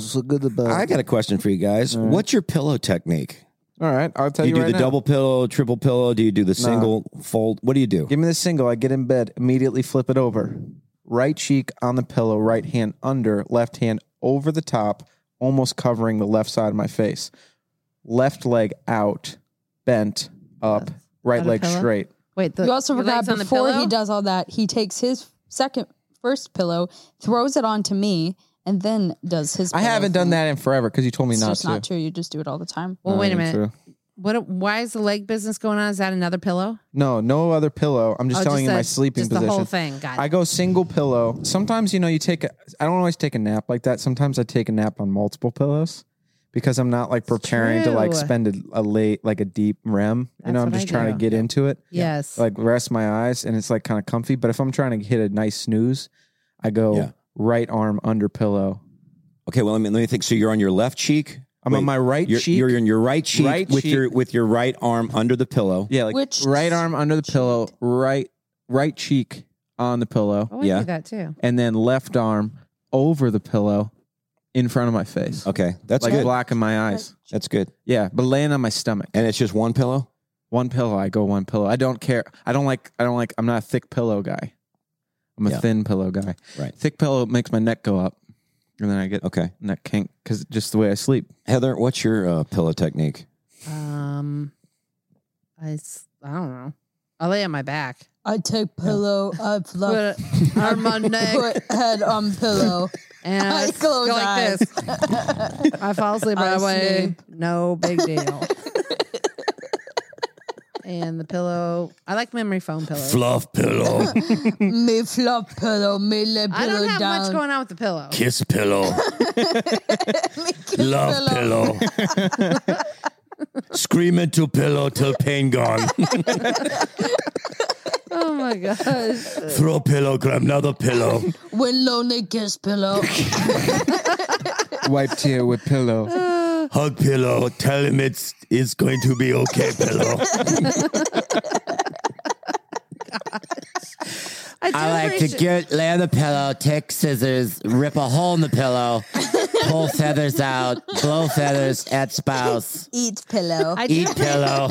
Speaker 6: so good about
Speaker 1: I got a question for you guys.
Speaker 6: All right.
Speaker 1: What's your pillow technique?
Speaker 6: All right. I'll tell
Speaker 1: Do you
Speaker 6: you,
Speaker 1: do
Speaker 6: right
Speaker 1: the
Speaker 6: now.
Speaker 1: double pillow, triple pillow? Do you do the single fold? What do you do?
Speaker 6: Give me the single. I get in bed, immediately flip it over. Right cheek on the pillow, right hand under, left hand over the top, almost covering the left side of my face. Left leg out, bent up, right
Speaker 5: Got a
Speaker 6: leg
Speaker 5: pillow?
Speaker 6: straight.
Speaker 5: Wait, the,
Speaker 4: you also
Speaker 5: your
Speaker 4: forgot
Speaker 5: legs on the
Speaker 4: before
Speaker 5: pillow?
Speaker 4: he does all that, he takes his second, first pillow, throws it onto me, and then does his.
Speaker 6: I
Speaker 4: pillow
Speaker 6: haven't done
Speaker 4: thing.
Speaker 6: that in forever because you told me
Speaker 4: It's
Speaker 6: not
Speaker 4: just
Speaker 6: to.
Speaker 4: not true. You just do it all the time.
Speaker 5: Well,
Speaker 6: Not
Speaker 5: wait a
Speaker 6: even
Speaker 5: minute. What? Why is the leg business going on? Is that another pillow?
Speaker 6: No, no other pillow. I'm just
Speaker 5: Oh,
Speaker 6: telling you my
Speaker 5: that-
Speaker 6: sleeping
Speaker 5: just
Speaker 6: position.
Speaker 5: the whole thing. Got it.
Speaker 6: I go single pillow. Sometimes, you know, you take, a, I don't always take a nap like that. Sometimes I take a nap on multiple pillows because I'm not like preparing to like
Speaker 5: true.
Speaker 6: spend a, a late, like a deep REM. you
Speaker 5: That's
Speaker 6: know, I'm
Speaker 5: what
Speaker 6: just
Speaker 5: I
Speaker 6: trying to
Speaker 5: do.
Speaker 6: get into it,
Speaker 5: yes.
Speaker 6: like rest my eyes and it's like kind of comfy. But if I'm trying to hit a nice snooze, I go
Speaker 1: Yeah.
Speaker 6: right arm under pillow.
Speaker 1: Okay, well, let me let me think. So you're on your left cheek.
Speaker 6: I'm on
Speaker 1: Wait,
Speaker 6: my right
Speaker 1: You're,
Speaker 6: cheek.
Speaker 1: you're in your right cheek
Speaker 6: Right
Speaker 1: with
Speaker 6: cheek.
Speaker 1: your with your right arm under the pillow.
Speaker 6: yeah, like
Speaker 4: Which
Speaker 6: right arm under the pillow, right, right cheek on the pillow.
Speaker 5: oh, I
Speaker 1: yeah.
Speaker 5: do that too.
Speaker 6: and then left arm over the pillow in front of my face.
Speaker 1: Okay, that's
Speaker 6: Like
Speaker 1: good.
Speaker 6: blocking my eyes.
Speaker 1: That's good.
Speaker 6: Yeah, but laying on my stomach.
Speaker 1: And it's just one pillow.
Speaker 6: One pillow, I go one pillow. I don't care. I don't like I don't like I'm not a thick pillow guy. I'm a
Speaker 1: Yeah.
Speaker 6: thin pillow guy.
Speaker 1: Right.
Speaker 6: Thick pillow makes my neck go up. And then I get
Speaker 1: Okay,
Speaker 6: neck kink cuz just the way I sleep.
Speaker 1: Heather, what's your uh, pillow technique?
Speaker 5: Um, I, s- I don't know. I lay on my back.
Speaker 4: I take pillow.
Speaker 5: [LAUGHS]
Speaker 4: I flop.
Speaker 5: Put it on
Speaker 4: [LAUGHS]
Speaker 5: my neck
Speaker 4: Put head on
Speaker 6: [LAUGHS]
Speaker 4: pillow.
Speaker 5: and
Speaker 4: I
Speaker 5: I, s-
Speaker 4: close
Speaker 5: go
Speaker 4: eyes.
Speaker 5: like this. I fall asleep
Speaker 4: I
Speaker 5: right away.
Speaker 4: sleep.
Speaker 5: No big
Speaker 4: [LAUGHS]
Speaker 5: deal. and the pillow. I like memory foam pillows.
Speaker 1: Fluff pillow,
Speaker 4: [LAUGHS] me flop pillow. Me lay pillow
Speaker 5: I don't have
Speaker 4: down.
Speaker 5: much going on with
Speaker 4: Oh.
Speaker 5: the pillow. [LAUGHS]
Speaker 1: kiss pillow, love pillow,
Speaker 5: [LAUGHS]
Speaker 1: scream into pillow till pain gone.
Speaker 5: Oh my gosh.
Speaker 1: Throw pillow, grab another
Speaker 6: [LAUGHS]
Speaker 1: pillow.
Speaker 4: When lonely kiss
Speaker 5: [LAUGHS]
Speaker 4: pillow.
Speaker 6: Wipe tear with pillow.
Speaker 1: Hug pillow. Tell him it's it's going to be okay,
Speaker 10: [LAUGHS]
Speaker 1: pillow.
Speaker 5: I, do appreciate-
Speaker 1: get lay on the pillow, take scissors, rip a hole in the pillow, pull feathers out, blow feathers at spouse,
Speaker 4: Eat pillow.
Speaker 5: [LAUGHS] I do,
Speaker 1: pillow,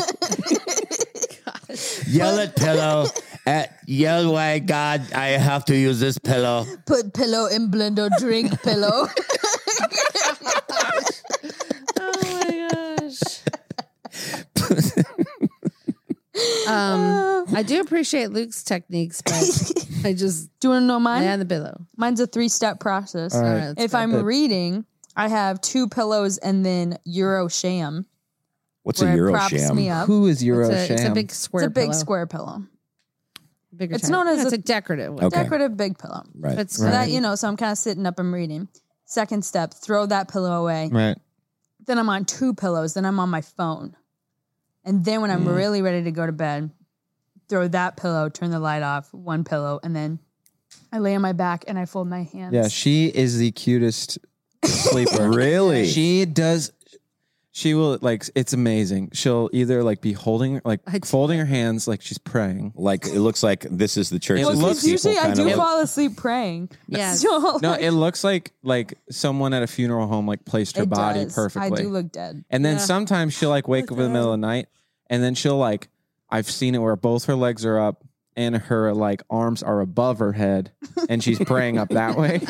Speaker 1: yell at pillow, At young white God, I have to use this pillow.
Speaker 4: Put pillow in blender,
Speaker 7: [LAUGHS]
Speaker 4: drink pillow. [LAUGHS]
Speaker 5: Oh my gosh. um, I do appreciate Luke's techniques, but I just
Speaker 4: Do you want to know mine?
Speaker 5: lay on the pillow.
Speaker 4: Mine's a three step process.
Speaker 6: All
Speaker 5: All right,
Speaker 6: right.
Speaker 5: let's
Speaker 4: If
Speaker 5: go.
Speaker 4: I'm reading, I have two pillows and then Euro sham.
Speaker 1: What's
Speaker 4: where
Speaker 1: a
Speaker 4: it
Speaker 1: Euro
Speaker 4: props
Speaker 1: sham?
Speaker 4: me up.
Speaker 6: Who is Euro
Speaker 5: it's, a, it's a
Speaker 6: Sham?
Speaker 5: big square.
Speaker 4: It's a big
Speaker 5: pillow.
Speaker 4: square pillow.
Speaker 5: Bigger
Speaker 4: It's
Speaker 5: type.
Speaker 4: known as
Speaker 5: That's
Speaker 4: a-
Speaker 5: a decorative one.
Speaker 1: Okay.
Speaker 4: Decorative big pillow.
Speaker 1: Right.
Speaker 5: It's
Speaker 4: So that, you know, so I'm kind of sitting up and reading. Second step, throw that pillow away.
Speaker 6: right.
Speaker 4: Then I'm on two pillows. Then I'm on my phone. And then when I'm
Speaker 6: Mm.
Speaker 4: really ready to go to bed, throw that pillow, turn the light off, one pillow, and then I lay on my back and I fold my hands.
Speaker 6: Yeah, she is the cutest
Speaker 1: [LAUGHS]
Speaker 6: sleeper.
Speaker 1: Really?
Speaker 6: She does. She will like. It's amazing. She'll either like be holding, like
Speaker 5: I do
Speaker 6: folding her hands, like she's praying.
Speaker 1: like it looks like this is the church.
Speaker 6: It
Speaker 1: of
Speaker 4: Well,
Speaker 1: these
Speaker 6: looks-
Speaker 4: because
Speaker 1: people
Speaker 4: usually I
Speaker 1: kind
Speaker 4: do
Speaker 1: of-
Speaker 4: fall asleep praying. [LAUGHS]
Speaker 5: Yeah.
Speaker 4: So,
Speaker 6: No,
Speaker 4: like,
Speaker 6: it looks like like someone at a funeral home like placed her
Speaker 4: it
Speaker 6: body
Speaker 4: does.
Speaker 6: perfectly.
Speaker 4: I do look dead.
Speaker 6: and then
Speaker 5: Yeah.
Speaker 6: sometimes she'll like wake up in the middle of the night, and then she'll like. I've seen it where both her legs are up and her like arms are above her head, and she's praying up that way.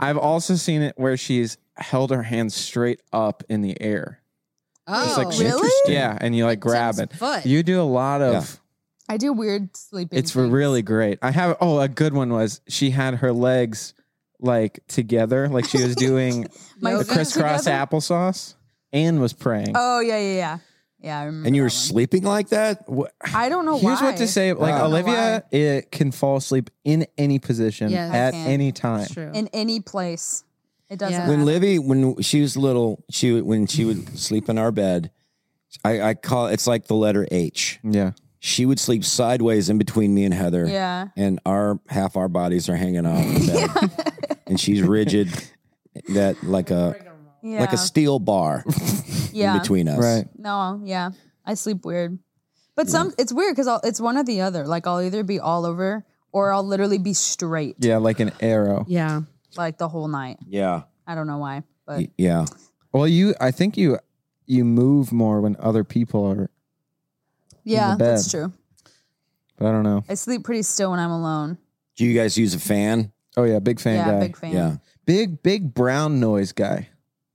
Speaker 6: I've also seen it where she's held her hands straight up in the air.
Speaker 5: Oh,
Speaker 6: It's like she-
Speaker 4: really?
Speaker 6: Yeah, and you like grab it.
Speaker 5: Foot.
Speaker 6: You do a lot of.
Speaker 4: I do weird sleeping.
Speaker 6: It's
Speaker 4: things.
Speaker 6: really great. I have. Oh, a good one was she had her legs like together, like she was doing
Speaker 4: My
Speaker 6: a
Speaker 4: feet
Speaker 6: crisscross
Speaker 4: together?
Speaker 6: applesauce, and was praying.
Speaker 4: Oh yeah, yeah, yeah, yeah. I remember
Speaker 1: And you were
Speaker 4: Mm-hmm. that one.
Speaker 1: sleeping like that?
Speaker 6: Wha-
Speaker 4: I don't know why.
Speaker 6: Here's what to say: like
Speaker 1: Wow.
Speaker 6: Olivia, it can fall asleep in any position
Speaker 5: Yes.
Speaker 6: at
Speaker 4: I can.
Speaker 6: any time.
Speaker 5: That's true.
Speaker 4: in any place. It doesn't.
Speaker 5: Yeah.
Speaker 4: matter.
Speaker 6: Uh,
Speaker 1: When Livy, when she was little, she would, when she
Speaker 6: [LAUGHS]
Speaker 1: would sleep in our bed, I, I call it's like the letter H.
Speaker 6: Yeah,
Speaker 1: She would sleep sideways in between me and Heather.
Speaker 6: [LAUGHS]
Speaker 4: Yeah.
Speaker 1: And our half our bodies are hanging off the bed. and she's rigid that like a
Speaker 4: yeah,
Speaker 1: like a steel
Speaker 6: [LAUGHS]
Speaker 1: bar
Speaker 4: yeah.
Speaker 1: in between us.
Speaker 6: right.
Speaker 4: No, yeah, I sleep weird, but some it's weird because it's one or the other. Like I'll either be all over or I'll literally be straight
Speaker 6: Yeah, like an arrow.
Speaker 5: yeah.
Speaker 4: like the whole night.
Speaker 1: Yeah.
Speaker 4: I don't know why,
Speaker 6: E-,
Speaker 4: but
Speaker 1: Y- Yeah.
Speaker 6: Well, you, I think you, you move more when other people are.
Speaker 4: yeah,
Speaker 6: bed.
Speaker 4: that's true.
Speaker 6: But I don't know.
Speaker 4: I sleep pretty still when I'm alone.
Speaker 1: Do you guys use a fan?
Speaker 6: Oh yeah, big fan
Speaker 4: yeah,
Speaker 6: guy.
Speaker 4: big fan.
Speaker 1: Yeah.
Speaker 6: big big brown noise guy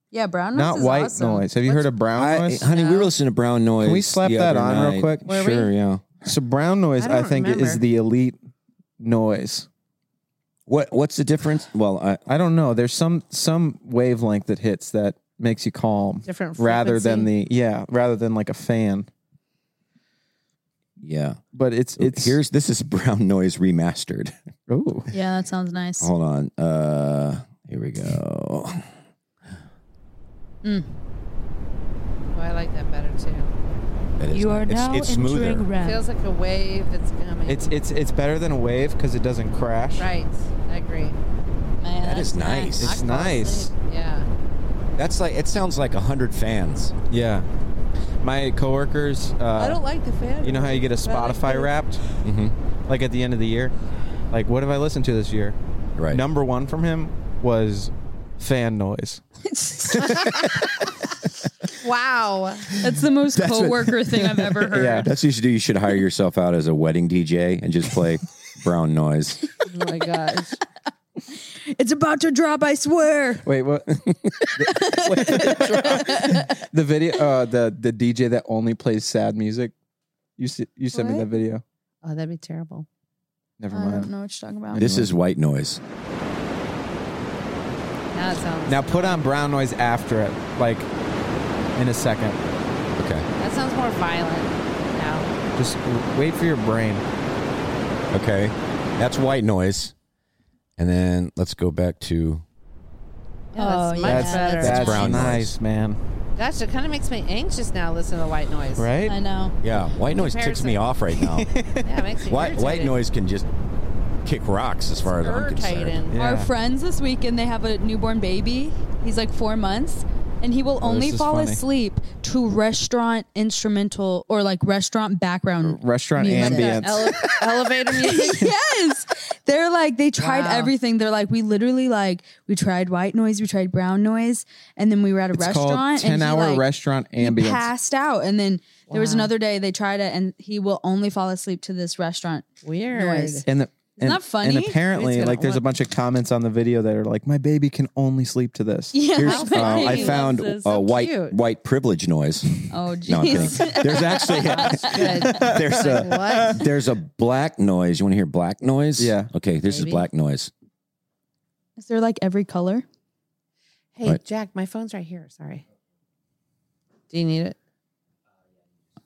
Speaker 4: Yeah, brown noise
Speaker 6: not
Speaker 4: is
Speaker 6: white
Speaker 4: awesome.
Speaker 6: noise have you heard of brown
Speaker 1: I,
Speaker 6: noise
Speaker 1: honey, we were listening to Brown Noise.
Speaker 6: can we slap
Speaker 1: the
Speaker 6: that
Speaker 1: other
Speaker 6: on real
Speaker 1: night.
Speaker 6: quick
Speaker 5: Were we?
Speaker 1: sure, yeah.
Speaker 6: so brown noise
Speaker 5: I
Speaker 6: i,
Speaker 5: don't
Speaker 6: think is
Speaker 5: remember.
Speaker 6: the elite noise
Speaker 1: What what's the difference? Well, I,
Speaker 6: i don't know there's some some wavelength that hits that makes you calm
Speaker 5: Different
Speaker 6: rather than
Speaker 5: frequency.
Speaker 6: the yeah rather than like a fan
Speaker 1: yeah. Oh,
Speaker 6: but it's it's
Speaker 1: Here's this is Brown Noise remastered.
Speaker 6: ooh.
Speaker 4: Yeah, that sounds nice.
Speaker 1: Hold on. Uh here we go.
Speaker 5: Oh, I like that better too.
Speaker 1: That is
Speaker 10: You
Speaker 1: nice.
Speaker 10: are
Speaker 1: it's,
Speaker 10: now
Speaker 1: it's smoother.
Speaker 10: entering RAM.
Speaker 5: Feels like a wave that's coming.
Speaker 6: it's it's it's better than a wave because it doesn't crash
Speaker 5: right. I agree.
Speaker 4: Man,
Speaker 1: That is
Speaker 4: that's
Speaker 1: nice.
Speaker 6: it's
Speaker 5: I'd fall
Speaker 6: nice
Speaker 5: asleep. Yeah.
Speaker 1: That's like it sounds like a hundred fans.
Speaker 6: yeah my coworkers uh
Speaker 5: I don't like the fan.
Speaker 6: You know how you get a
Speaker 5: but I like
Speaker 6: Spotify
Speaker 5: the-
Speaker 6: wrapped?
Speaker 1: Mm-hmm.
Speaker 6: Like at the end of the year? Like, what have I listened to this year?
Speaker 1: Right.
Speaker 6: Number one from him was fan noise.
Speaker 5: Wow.
Speaker 4: That's the most coworker thing I've ever heard.
Speaker 6: [LAUGHS] Yeah.
Speaker 1: That's what you should do. You should hire yourself out as a wedding DJ and just [LAUGHS] play brown noise.
Speaker 5: Oh my gosh.
Speaker 4: It's about to drop, I swear.
Speaker 6: [LAUGHS] Wait, what? the, the video, uh, the the DJ that only plays sad music. You s- you sent me
Speaker 4: What?
Speaker 6: that video.
Speaker 5: Oh, that'd be terrible.
Speaker 6: Never
Speaker 4: I don't
Speaker 6: mind.
Speaker 4: know what you're talking about.
Speaker 1: This is white noise.
Speaker 5: Now it sounds
Speaker 6: Now put on brown noise after it, like in a second.
Speaker 1: Okay.
Speaker 5: that sounds more violent now.
Speaker 6: Just w- wait for your brain.
Speaker 1: Okay. That's white noise. And then let's go back to
Speaker 5: Yeah, that's
Speaker 4: Oh,
Speaker 5: much
Speaker 4: yeah,
Speaker 5: better.
Speaker 4: that's-
Speaker 6: That's
Speaker 1: brown noise.
Speaker 6: nice, man.
Speaker 5: Gosh, it kind of makes me anxious now listening to white noise.
Speaker 6: Right?
Speaker 4: I know.
Speaker 1: yeah. White noise ticks me
Speaker 5: Comparison.
Speaker 1: off right
Speaker 5: [LAUGHS]
Speaker 6: [LAUGHS]
Speaker 1: now.
Speaker 5: Yeah, it makes me
Speaker 1: white white
Speaker 5: irritated.
Speaker 1: noise can just kick rocks as far as I'm concerned.
Speaker 5: Irritating.
Speaker 6: Yeah.
Speaker 10: Our friends this weekend, they have a newborn baby. He's like four months. And he will only
Speaker 6: is
Speaker 10: fall
Speaker 6: funny.
Speaker 10: asleep to restaurant instrumental or like restaurant background
Speaker 6: Restaurant [LAUGHS]
Speaker 10: music.
Speaker 4: [LAUGHS]
Speaker 6: ambience.
Speaker 5: Ele- elevator music.
Speaker 10: yes.
Speaker 4: They're like they tried
Speaker 3: Wow.
Speaker 4: everything. They're like we literally like we tried white noise, we tried brown noise, and then we were at a
Speaker 6: It's
Speaker 4: restaurant.
Speaker 6: called
Speaker 4: and he,
Speaker 6: 10 hour
Speaker 4: like,
Speaker 6: restaurant
Speaker 4: he
Speaker 6: ambience.
Speaker 4: passed out, and then there was
Speaker 5: Wow.
Speaker 4: another day they tried it, and he will only fall asleep to this restaurant
Speaker 5: Weird.
Speaker 4: noise.
Speaker 6: And the, and,
Speaker 4: that funny?
Speaker 6: And
Speaker 5: It's
Speaker 6: apparently,
Speaker 5: gonna
Speaker 6: like, there's a bunch of comments on the video that are like, "My baby can only sleep to this."
Speaker 4: Yeah,
Speaker 6: Here's-
Speaker 4: how
Speaker 6: uh,
Speaker 4: funny.
Speaker 1: I found
Speaker 4: This is
Speaker 1: a
Speaker 4: so
Speaker 1: white
Speaker 5: cute.
Speaker 1: white privilege [LAUGHS] noise.
Speaker 4: Oh
Speaker 1: No, I'm kidding.
Speaker 4: jeez.
Speaker 1: There's
Speaker 4: [LAUGHS]
Speaker 1: actually there's a there's a black noise. You want to hear black noise?
Speaker 6: Yeah.
Speaker 1: Okay, this
Speaker 5: Maybe.
Speaker 1: is black noise.
Speaker 4: Is there like every color?
Speaker 5: Hey,
Speaker 1: Right.
Speaker 5: Jack, my phone's right here. Sorry. Do you need it? I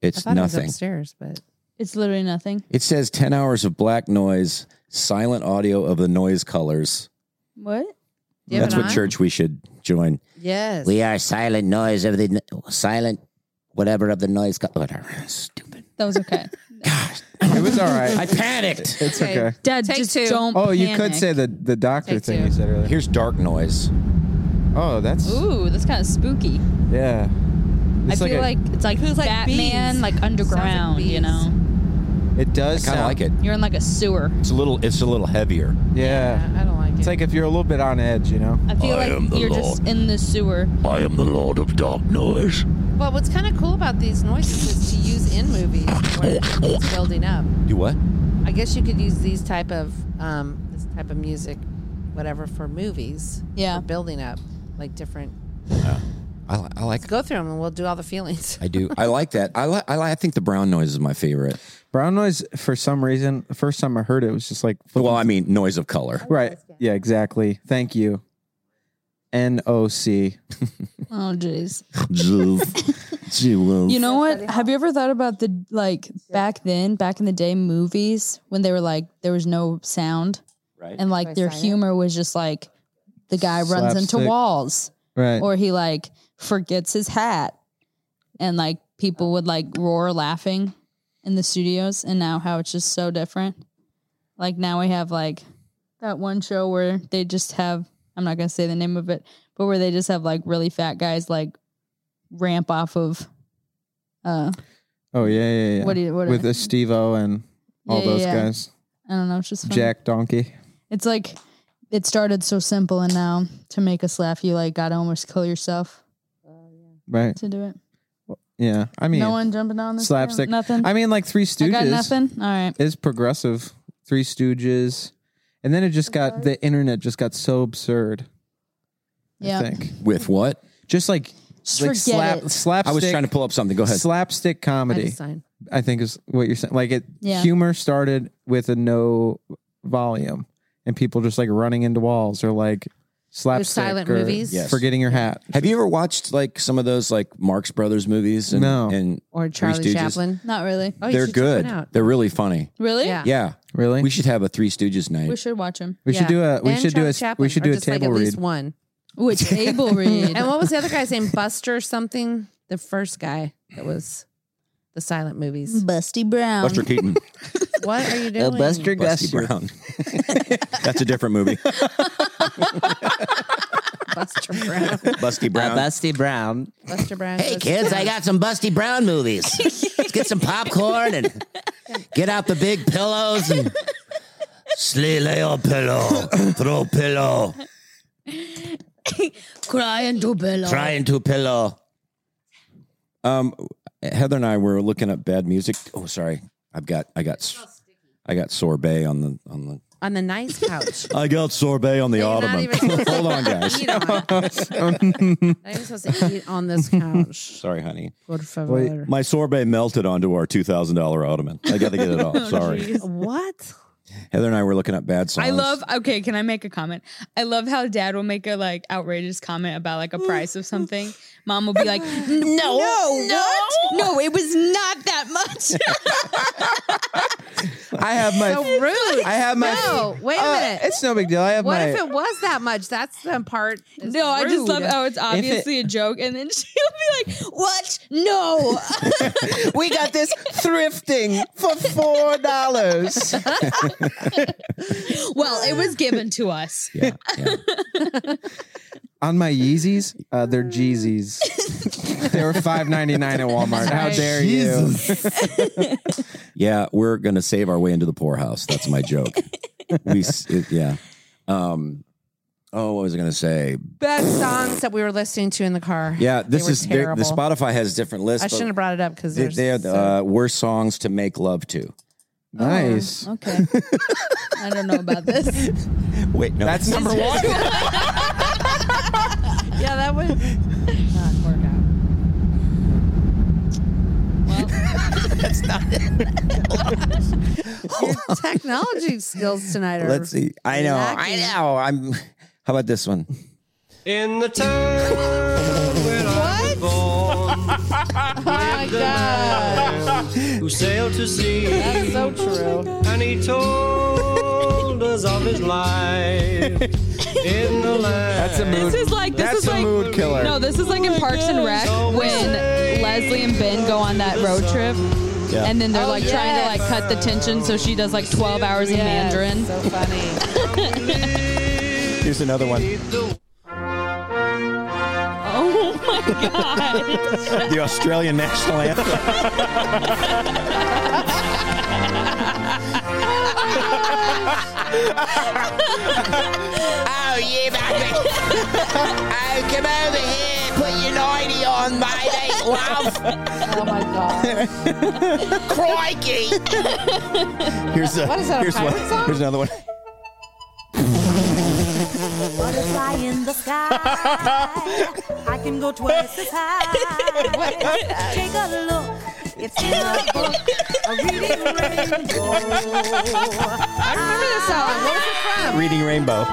Speaker 1: It's
Speaker 5: thought it
Speaker 1: nothing.
Speaker 5: was upstairs, but
Speaker 4: It's literally nothing.
Speaker 1: It says 10 hours of black noise, silent audio of the noise colors.
Speaker 4: What?
Speaker 5: Do you have
Speaker 1: That's
Speaker 5: it
Speaker 1: what
Speaker 5: on?
Speaker 1: church we should join.
Speaker 5: Yes.
Speaker 1: We are silent noise of the no- silent whatever of the noise color. Whatever. Stupid.
Speaker 4: That was okay.
Speaker 6: it was all [LAUGHS] right.
Speaker 1: I panicked.
Speaker 6: It's okay.
Speaker 4: Dad,
Speaker 5: Take
Speaker 4: just
Speaker 5: two.
Speaker 4: don't.
Speaker 6: Oh, you could
Speaker 4: panic.
Speaker 6: say the the doctor
Speaker 5: Take
Speaker 6: thing
Speaker 5: two.
Speaker 6: you said earlier.
Speaker 1: Here's dark noise.
Speaker 6: Oh, that's
Speaker 4: Ooh, that's kind of spooky.
Speaker 6: yeah. It's
Speaker 4: I feel
Speaker 6: a-
Speaker 4: like, it's like
Speaker 5: Feels like
Speaker 4: Batman,
Speaker 5: bees.
Speaker 4: like, underground.
Speaker 5: bees.
Speaker 4: you know,
Speaker 6: it does
Speaker 1: Kind of
Speaker 6: sound
Speaker 1: like it.
Speaker 4: you're in like a sewer.
Speaker 1: It's a little it's a little heavier.
Speaker 6: Yeah.
Speaker 5: I don't like it.
Speaker 6: It's like if you're a little bit on edge, you know.
Speaker 4: I feel
Speaker 1: I am
Speaker 4: like
Speaker 1: the
Speaker 4: you're just in the sewer.
Speaker 1: I am the lord of dark noise.
Speaker 5: well, what's kind of cool about these noises is to use in movies where it's building up.
Speaker 1: You what?
Speaker 5: I guess you could use these type of um, this type of music, whatever, for movies.
Speaker 4: Yeah.
Speaker 5: for building up like different.
Speaker 1: I, li- I like
Speaker 5: Go through them and we'll do all the feelings. [LAUGHS]
Speaker 1: I do. I like that. I like I, li- I think the brown noise is my favorite.
Speaker 6: Brown noise for some reason. The first time I heard it was just like
Speaker 1: Well, I mean noise of color.
Speaker 6: right. Yeah, exactly. Thank you. N O C.
Speaker 4: Oh, jeez. [LAUGHS]
Speaker 1: you Oh.
Speaker 4: You know what? Have you ever thought about the like back then, back in the day, movies when they were like there was no sound
Speaker 1: right?
Speaker 4: and like their
Speaker 5: Silent.
Speaker 4: humor was just like the guy runs into
Speaker 6: Slapstick.
Speaker 4: walls
Speaker 6: [LAUGHS] Right. [LAUGHS]
Speaker 4: or he like forgets his hat and like people would like roar laughing in the studios and now how it's just so different. Like now we have like that one show where they just have I'm not gonna say the name of it, but where they just have like really fat guys like ramp off of uh
Speaker 6: oh yeah, yeah, yeah.
Speaker 4: what do you what
Speaker 6: With a Steve O and all
Speaker 4: Yeah,
Speaker 6: those
Speaker 4: yeah.
Speaker 6: guys.
Speaker 4: I don't know, it's just funny.
Speaker 6: Jack Donkey.
Speaker 4: It's like it started so simple and now to make us laugh you like gotta almost kill yourself
Speaker 6: Right.
Speaker 4: to do it.
Speaker 6: Yeah. I mean
Speaker 4: no one jumping on this thing?
Speaker 6: slapstick.
Speaker 4: Nothing.
Speaker 6: I mean like Three
Speaker 4: I
Speaker 6: Stooges
Speaker 4: got nothing. All right.
Speaker 6: is progressive. Three Stooges. And then it just got the internet just got so absurd. I
Speaker 4: Yeah.
Speaker 6: think.
Speaker 1: With what?
Speaker 6: Just like,
Speaker 4: Just
Speaker 6: like slap
Speaker 4: forget it.
Speaker 6: slapstick
Speaker 1: I was trying to pull up something. Go ahead.
Speaker 6: slapstick
Speaker 5: I
Speaker 6: comedy.
Speaker 5: design.
Speaker 6: I think is what you're saying. Like it,
Speaker 4: Yeah.
Speaker 6: humor started with a no volume, and people just like running into walls or like slapstick
Speaker 5: silent
Speaker 6: or
Speaker 5: movies? Yes.
Speaker 6: forgetting your hat.
Speaker 1: Have you ever watched like some of those like Marx Brothers movies? And,
Speaker 6: No.
Speaker 1: And
Speaker 5: Or
Speaker 1: Three
Speaker 5: Charlie
Speaker 1: Stooges?
Speaker 5: Chaplin.
Speaker 4: Not really.
Speaker 5: Oh, you
Speaker 1: they're
Speaker 5: should check one
Speaker 1: good.
Speaker 5: out.
Speaker 1: They're really funny.
Speaker 4: Really?
Speaker 5: Yeah.
Speaker 1: Yeah.
Speaker 6: Really?
Speaker 1: We
Speaker 6: We,
Speaker 1: should have a Three Stooges night.
Speaker 4: We should watch him.
Speaker 6: should
Speaker 5: Yeah.
Speaker 6: do a. We
Speaker 5: And
Speaker 6: should do
Speaker 5: Charlie
Speaker 6: a. we
Speaker 5: Chaplin,
Speaker 6: should
Speaker 5: or
Speaker 6: do a
Speaker 5: just, like,
Speaker 6: table
Speaker 5: At
Speaker 6: read.
Speaker 5: least one.
Speaker 4: Ooh, it's Abel Reed.
Speaker 5: And what was the other guy's name? Buster or something? The first guy that was the silent movies.
Speaker 4: Busty Brown.
Speaker 1: Buster [LAUGHS] Keaton.
Speaker 5: What are
Speaker 1: Uh,
Speaker 5: you
Speaker 6: Uh,
Speaker 5: doing?
Speaker 1: Busty Brown. [LAUGHS] That's a different movie.
Speaker 5: Buster Brown.
Speaker 1: [LAUGHS] Busty Brown.
Speaker 10: Busty Brown.
Speaker 5: Buster Brown.
Speaker 11: Uh, Hey
Speaker 5: was-
Speaker 11: kids, I got some Busty
Speaker 5: [LAUGHS]
Speaker 11: Brown movies. Let's get some popcorn and get out the big pillows and slay lay pillow, throw pillow,
Speaker 4: [LAUGHS] Cry and do pillow.
Speaker 11: try into pillow.
Speaker 1: um, Heather and I were looking up bad music. Oh, sorry. I've got I got s- I got sorbet on the on the
Speaker 5: On the nice couch.
Speaker 1: [LAUGHS] I got sorbet on the
Speaker 5: You're not
Speaker 1: ottoman. [LAUGHS]
Speaker 5: even supposed to
Speaker 1: Hold on, guys.
Speaker 5: Eat on it. Not
Speaker 1: [LAUGHS]
Speaker 5: even supposed to eat on this couch.
Speaker 1: Sorry, honey.
Speaker 5: Por favor.
Speaker 1: My sorbet melted onto our two thousand dollar ottoman. I got to
Speaker 5: [LAUGHS]
Speaker 1: get it
Speaker 5: Oh,
Speaker 1: off. Sorry,
Speaker 3: [LAUGHS]
Speaker 5: What?
Speaker 1: Heather and I were looking up bad songs.
Speaker 3: I love. Okay, can I make a comment? I love how Dad will make a like outrageous comment about like a price of something. Mom will be like, [LAUGHS] "No, no,
Speaker 4: No, it was not that
Speaker 6: [LAUGHS]
Speaker 4: much.
Speaker 6: I have my.
Speaker 5: So rude.
Speaker 6: I have my.
Speaker 5: No, wait a
Speaker 6: Uh,
Speaker 5: minute.
Speaker 6: it's no big deal. I have
Speaker 5: what
Speaker 6: my.
Speaker 5: if
Speaker 6: [LAUGHS]
Speaker 5: it was that much? That's the part. that's
Speaker 3: no." I just love
Speaker 5: rude.
Speaker 3: how it's obviously a joke, and then she'll be like,
Speaker 4: what? No.
Speaker 10: [LAUGHS] We got this thrifting for four dollars.
Speaker 3: "Well, it was given to us." [LAUGHS]
Speaker 1: Yeah, yeah.
Speaker 6: [LAUGHS] on my Yeezys, uh,
Speaker 4: [LAUGHS]
Speaker 6: they're Jeezys. they were five ninety nine at Walmart. How dare [LAUGHS]
Speaker 1: Yeah, we're gonna save our way into the poorhouse. That's my
Speaker 5: [LAUGHS]
Speaker 1: joke. we, s- it- yeah. Um, oh, what was I gonna say?
Speaker 5: Best songs that we were listening to in the car.
Speaker 1: Yeah,
Speaker 5: They
Speaker 1: this
Speaker 5: were
Speaker 1: is they're- the
Speaker 5: terrible.
Speaker 1: Spotify has different lists.
Speaker 5: I
Speaker 1: but
Speaker 5: shouldn't have brought it up because
Speaker 1: they,
Speaker 5: there's
Speaker 1: they are the uh, worst songs to make love
Speaker 5: Oh,
Speaker 1: to. [LAUGHS] Nice.
Speaker 4: Oh, Okay. I don't know about this.
Speaker 1: Wait, no, that's number
Speaker 4: [LAUGHS]
Speaker 1: one.
Speaker 5: yeah, that would not work out. Well,
Speaker 10: [LAUGHS]
Speaker 5: that's not
Speaker 4: [LAUGHS]
Speaker 5: it. Your [LAUGHS] technology skills tonight are.
Speaker 1: Let's see. I know. I
Speaker 5: lacking.
Speaker 1: know. I'm. How about this one?
Speaker 3: In the time
Speaker 4: Oh
Speaker 3: when I was born, lived a man who sailed to sea. That's so true. And he told us of his life in the land. That's a
Speaker 4: This is like this is like No, this is like
Speaker 5: Oh
Speaker 4: in Parks and Rec when Leslie and Ben go on that road trip.
Speaker 1: Yeah.
Speaker 4: And then they're
Speaker 5: Oh,
Speaker 4: like trying to like cut the tension, so she does like twelve hours in
Speaker 5: Yes,
Speaker 4: Mandarin.
Speaker 5: So funny.
Speaker 1: Here's another one.
Speaker 4: [LAUGHS] oh my
Speaker 1: god! [LAUGHS] the Australian national anthem.
Speaker 11: Oh, yeah, baby. oh, come over here. Put your nightie on, matey. Love.
Speaker 5: Oh my god.
Speaker 11: Crikey.
Speaker 1: Here's a.
Speaker 11: What is that, a
Speaker 1: here's
Speaker 11: pirate
Speaker 1: one.
Speaker 11: song?
Speaker 1: Here's another one.
Speaker 10: Butterfly in the sky. I can go twice as high. Take a look. It's in a book. A reading rainbow. I remember this song. What is it from?
Speaker 1: Reading Rainbow.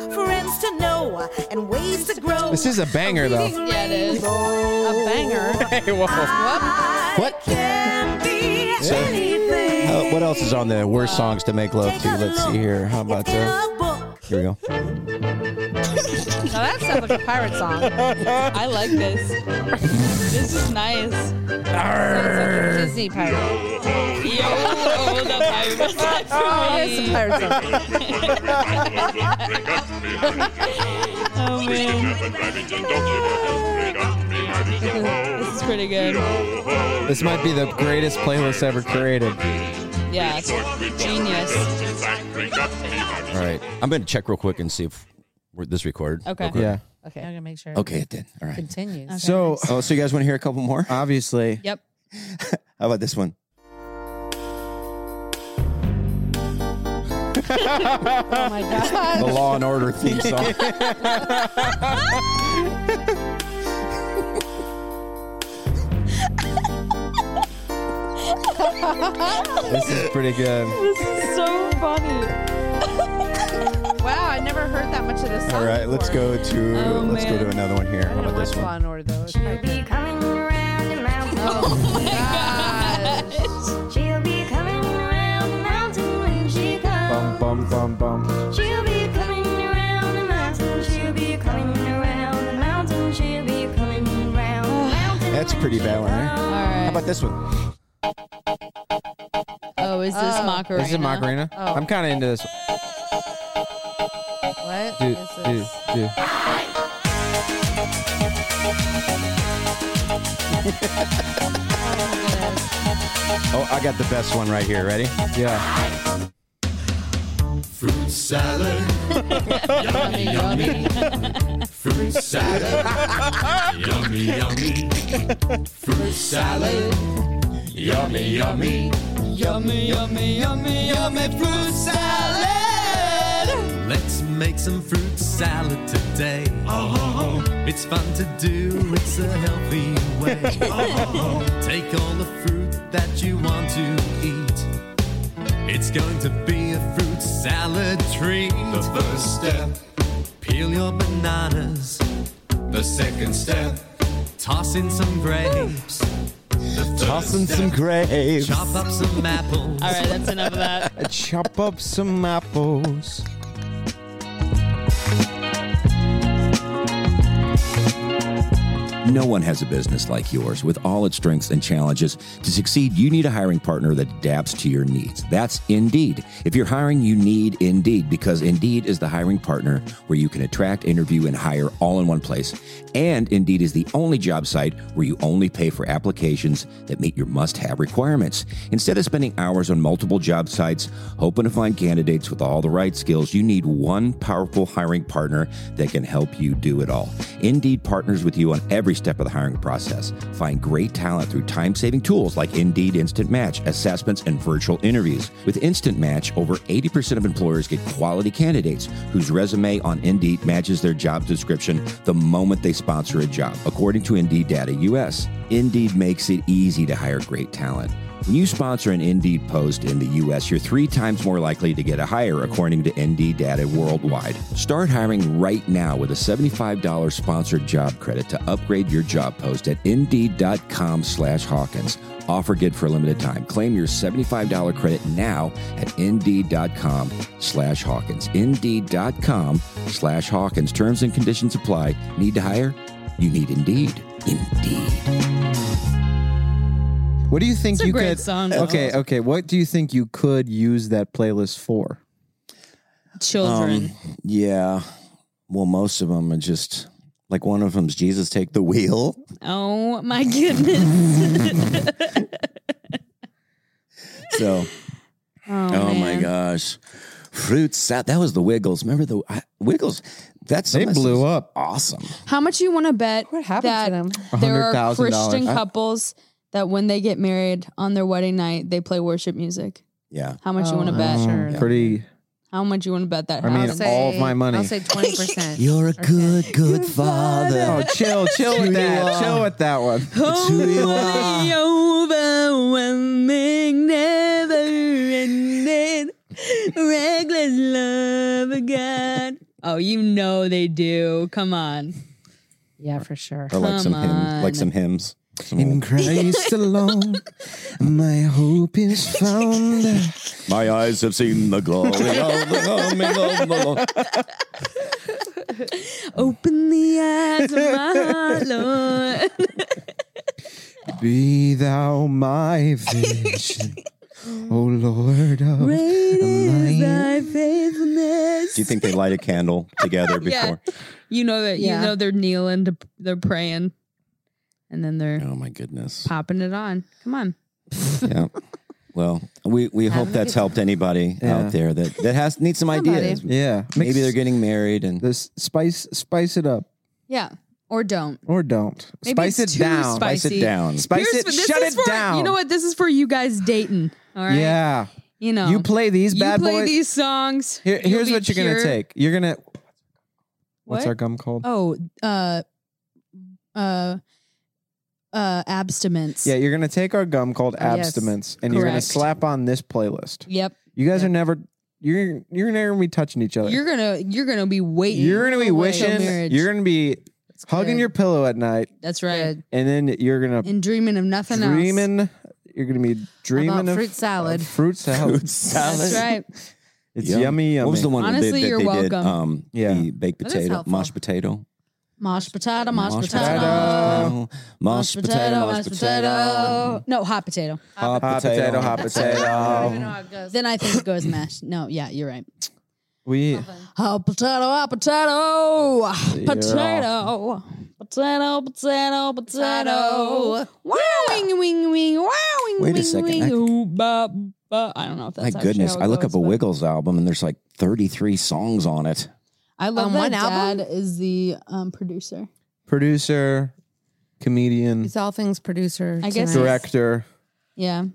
Speaker 10: Anywhere. Friends to know and ways to grow.
Speaker 6: This is a banger, though.
Speaker 10: Yeah, it is. A banger.
Speaker 6: you? Hey, whoa.
Speaker 1: What?
Speaker 10: Can be
Speaker 1: So-
Speaker 10: anything.
Speaker 1: Uh, what else is on the worst songs to make love to? Let's see here. How about that? Here we go.
Speaker 5: Now that sounds like a pirate song.
Speaker 4: I like this. This is nice.
Speaker 5: Disney pirate.
Speaker 4: Yo, oh, the
Speaker 5: [LAUGHS]
Speaker 4: pirates.
Speaker 5: Oh, it is a pirate song.
Speaker 4: [LAUGHS] Oh man. This is pretty good.
Speaker 6: This might be the greatest playlist ever created.
Speaker 4: Yeah. it's Genius.
Speaker 1: All right, I'm gonna check real quick and see if we're, this recorded.
Speaker 4: Okay.
Speaker 1: Real quick.
Speaker 6: Yeah.
Speaker 5: Okay, I'm gonna make sure.
Speaker 1: Okay, it did. All right.
Speaker 5: Continues.
Speaker 6: So,
Speaker 1: oh, so you guys want to hear a couple more?
Speaker 6: Obviously.
Speaker 4: [LAUGHS] Yep.
Speaker 1: How about this one?
Speaker 5: Oh my god.
Speaker 1: The Law and Order [LAUGHS] theme song.
Speaker 6: This is pretty good.
Speaker 4: This is so funny.
Speaker 5: Wow, I never heard that much of this. Song
Speaker 1: All right, let's
Speaker 5: before.
Speaker 1: go to
Speaker 4: Oh,
Speaker 1: let's go
Speaker 4: man.
Speaker 1: to another one here.
Speaker 5: I
Speaker 1: How
Speaker 5: don't
Speaker 1: about
Speaker 5: watch
Speaker 1: this
Speaker 5: Law
Speaker 1: one?
Speaker 5: and Order though. It's
Speaker 10: She'll be coming around the mountain.
Speaker 5: Oh my god.
Speaker 10: She'll be coming around the mountain when she
Speaker 6: Bum
Speaker 10: comes.
Speaker 6: bum bum bum.
Speaker 10: She'll be coming around the mountain. She'll be coming around the mountain. She'll be coming around the mountain.
Speaker 1: That's a pretty bad one. Right?
Speaker 4: All
Speaker 1: How
Speaker 4: right.
Speaker 1: about this one?
Speaker 4: Oh, is this Macarena?
Speaker 6: This is Macarena.
Speaker 5: Oh.
Speaker 6: I'm kind of into this. one.
Speaker 5: What
Speaker 6: Do,
Speaker 5: is
Speaker 6: do,
Speaker 5: this?
Speaker 6: do.
Speaker 1: Oh, I got the best one right here. Ready?
Speaker 6: Yeah.
Speaker 12: Fruit salad. yummy, yummy. Fruit salad. yummy, yummy. Fruit salad. Yummy, yummy. Yummy, yummy, yummy, yummy fruit salad. Let's make some fruit salad today.
Speaker 1: Uh-huh.
Speaker 12: Oh, it's fun to do, it's a healthy way.
Speaker 4: [LAUGHS]
Speaker 12: Oh, take all the fruit that you want to eat. It's going to be a fruit salad treat. The first step, peel your bananas. The second step, toss in some grapes. The third
Speaker 1: Tossing
Speaker 12: step,
Speaker 1: some grapes.
Speaker 12: Chop up some apples.
Speaker 4: All right, that's enough of that.
Speaker 6: [LAUGHS] Chop up some apples.
Speaker 1: No one has a business like yours. With all its strengths and challenges, to succeed, you need a hiring partner that adapts to your needs. That's Indeed. If you're hiring, you need Indeed because Indeed is the hiring partner where you can attract, interview, and hire all in one place. And Indeed is the only job site where you only pay for applications that meet your must have requirements. Instead of spending hours on multiple job sites hoping to find candidates with all the right skills, you need one powerful hiring partner that can help you do it all. Indeed partners with you on every step of the hiring process. Find great talent through time saving tools like Indeed Instant Match, assessments, and virtual interviews. With Instant Match, over 80% of employers get quality candidates whose resume on Indeed matches their job description the moment they sponsor a job, according to Indeed Data US. Indeed makes it easy to hire great talent. When you sponsor an Indeed post in the U.S., you're three times more likely to get a hire, according to Indeed data worldwide. Start hiring right now with a $75 sponsored job credit to upgrade your job post at Indeed.com slash Hawkins. Offer good for a limited time. Claim your $75 credit now at Indeed.com slash Hawkins. Indeed.com slash Hawkins. Terms and conditions apply. Need to hire? You need Indeed.
Speaker 6: What do you think
Speaker 4: It's a
Speaker 6: you
Speaker 4: great
Speaker 6: could?
Speaker 4: song, though.
Speaker 6: okay, okay. What do you think you could use that playlist for?
Speaker 4: Children.
Speaker 10: Um, yeah. Well, most of them are just like one of them's Jesus take the wheel.
Speaker 4: [LAUGHS] oh my
Speaker 5: [LAUGHS]
Speaker 4: goodness.
Speaker 10: So,
Speaker 4: oh
Speaker 10: my
Speaker 4: man.
Speaker 10: gosh, fruit salad. That was the Wiggles. Remember the I, Wiggles? That's
Speaker 6: They blew
Speaker 10: up. Awesome.
Speaker 4: How much you want to bet that there are
Speaker 10: $100,000.
Speaker 4: Christian
Speaker 10: I-
Speaker 4: couples that when they get married on their wedding night, they play worship music?
Speaker 10: Yeah.
Speaker 4: How much you
Speaker 1: Oh,
Speaker 4: want to bet?
Speaker 6: Pretty.
Speaker 4: How much you want to bet that?
Speaker 6: I mean,
Speaker 4: house?
Speaker 6: all of my money.
Speaker 4: twenty
Speaker 6: [LAUGHS]
Speaker 4: percent.
Speaker 10: You're a good, good father.
Speaker 6: Oh, chill, chill with that. Chill with that one.
Speaker 4: the overwhelming, never ending, reckless love of God. Oh, you know they do. Come on. Yeah, for sure.
Speaker 10: Or like some hymn, like some hymns. Some old-
Speaker 6: Christ alone, my hope is found.
Speaker 10: My eyes have seen the glory of the coming of the Lord.
Speaker 4: [LAUGHS] Open the eyes of my Lord.
Speaker 6: Be thou my
Speaker 4: [LAUGHS]
Speaker 6: vision, O Lord of
Speaker 4: [LAUGHS] Is
Speaker 6: mine.
Speaker 4: thy faithfulness.
Speaker 10: Do you think they light a candle
Speaker 4: [LAUGHS]
Speaker 10: together before?
Speaker 4: You know that
Speaker 5: Yeah.
Speaker 4: you know they're kneeling to they're praying. And then they're
Speaker 10: Oh my goodness.
Speaker 4: popping it on. Come on.
Speaker 6: [LAUGHS]
Speaker 10: Yeah. Well, we, we hope that's helped anybody out there that, that has needs some ideas.
Speaker 6: Yeah.
Speaker 10: Maybe they're getting married and
Speaker 6: this spice spice it up
Speaker 4: Yeah. Or don't.
Speaker 6: or don't.
Speaker 4: Maybe
Speaker 6: spice it
Speaker 4: it's too
Speaker 6: down.
Speaker 4: spicy.
Speaker 6: Spice it down. Spice
Speaker 4: Here's-
Speaker 6: it.
Speaker 4: this
Speaker 6: Shut
Speaker 4: is
Speaker 6: it
Speaker 4: for-
Speaker 6: down.
Speaker 4: You know what? This is for you guys dating. All right.
Speaker 6: Yeah.
Speaker 4: You know.
Speaker 6: You play these
Speaker 4: You
Speaker 6: bad
Speaker 4: play
Speaker 6: boys-
Speaker 4: these songs.
Speaker 6: Here,
Speaker 4: You'll
Speaker 6: here's
Speaker 4: be
Speaker 6: what you're
Speaker 4: pure.
Speaker 6: gonna take. You're gonna. What's
Speaker 4: What?
Speaker 6: our gum called?
Speaker 4: Oh, uh, uh, uh, abstinence.
Speaker 6: Yeah, you're gonna take our gum called
Speaker 4: Oh, Yes.
Speaker 6: abstinence, and you're gonna
Speaker 4: Correct.
Speaker 6: slap on this playlist.
Speaker 4: Yep.
Speaker 6: You guys are never. You're you're never gonna be touching each other.
Speaker 4: You're gonna you're gonna be waiting.
Speaker 6: You're gonna be
Speaker 4: till
Speaker 6: wishing.
Speaker 4: marriage.
Speaker 6: You're gonna be hugging
Speaker 4: good.
Speaker 6: your pillow at night,
Speaker 4: That's right.
Speaker 6: and then you're gonna
Speaker 4: And dreaming of nothing else.
Speaker 6: dreaming. You're gonna be dreaming
Speaker 4: About
Speaker 6: of
Speaker 4: fruit salad.
Speaker 6: of fruit salad.
Speaker 10: Fruit salad.
Speaker 4: That's right.
Speaker 6: It's
Speaker 10: Yum.
Speaker 6: yummy, yummy.
Speaker 10: What was the one that
Speaker 4: Honestly,
Speaker 10: they, that
Speaker 4: you're
Speaker 10: they did?
Speaker 4: welcome.
Speaker 10: Um, yeah, the baked
Speaker 4: That is
Speaker 10: potato,
Speaker 4: helpful.
Speaker 10: mashed potato,
Speaker 4: Mashed potato, mashed,
Speaker 10: Mashed
Speaker 4: potato.
Speaker 10: potato.
Speaker 4: Mashed potato, mashed potato. No, hot potato.
Speaker 6: hot, potato, hot potato.
Speaker 4: Then I think it goes mashed. No, yeah, you're right.
Speaker 6: We
Speaker 4: Hot potato, hot potato,
Speaker 6: Yeah.
Speaker 4: potato, potato, potato, potato. Wow, wing, wing, wing, wow, wing,
Speaker 10: Wait a
Speaker 4: wing,
Speaker 10: second,
Speaker 4: wing.
Speaker 10: I-
Speaker 4: Ooh, ba, ba. I don't know if that's
Speaker 10: My
Speaker 4: actually
Speaker 10: goodness,
Speaker 4: how it
Speaker 10: I look
Speaker 4: goes,
Speaker 10: up a
Speaker 4: but-
Speaker 10: Wiggles album and there's like 33 songs on it.
Speaker 4: I love
Speaker 5: On
Speaker 4: that
Speaker 5: one
Speaker 4: dad is the um, producer.
Speaker 6: producer, comedian,
Speaker 5: It's all things producer.
Speaker 4: I guess
Speaker 5: tonight.
Speaker 6: director,
Speaker 4: Yeah.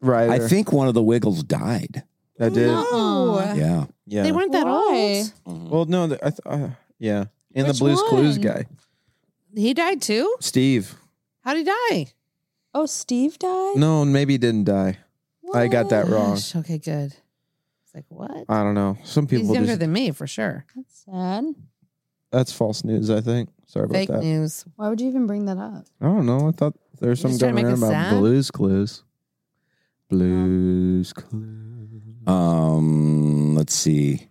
Speaker 6: writer.
Speaker 10: I think one of the Wiggles died.
Speaker 6: that did.
Speaker 5: No.
Speaker 10: Yeah, yeah.
Speaker 5: They weren't that
Speaker 4: Why?
Speaker 5: old.
Speaker 4: Mm.
Speaker 6: Well, no, the, I th- uh, yeah, and
Speaker 5: Which
Speaker 6: the Blues Clues
Speaker 5: one?
Speaker 6: guy,
Speaker 5: He died too.
Speaker 6: Steve.
Speaker 5: How did he die?
Speaker 4: Oh, Steve died.
Speaker 6: No, maybe he didn't die. I got that wrong.
Speaker 5: Gosh, okay, good. It's like what?
Speaker 6: I don't know. Some
Speaker 5: He's
Speaker 6: people
Speaker 5: younger
Speaker 6: just
Speaker 5: than me for sure.
Speaker 4: That's sad.
Speaker 6: that's false news. I think. Sorry about
Speaker 5: Fake
Speaker 6: that.
Speaker 5: news.
Speaker 4: Why would you even bring that up?
Speaker 6: I don't know. I thought there was
Speaker 5: You're
Speaker 6: some
Speaker 5: just trying to
Speaker 6: going on
Speaker 5: make us
Speaker 6: about
Speaker 5: sad?
Speaker 6: Blues Clues.
Speaker 5: Oh.
Speaker 6: Blues Clues.
Speaker 10: Um, let's see.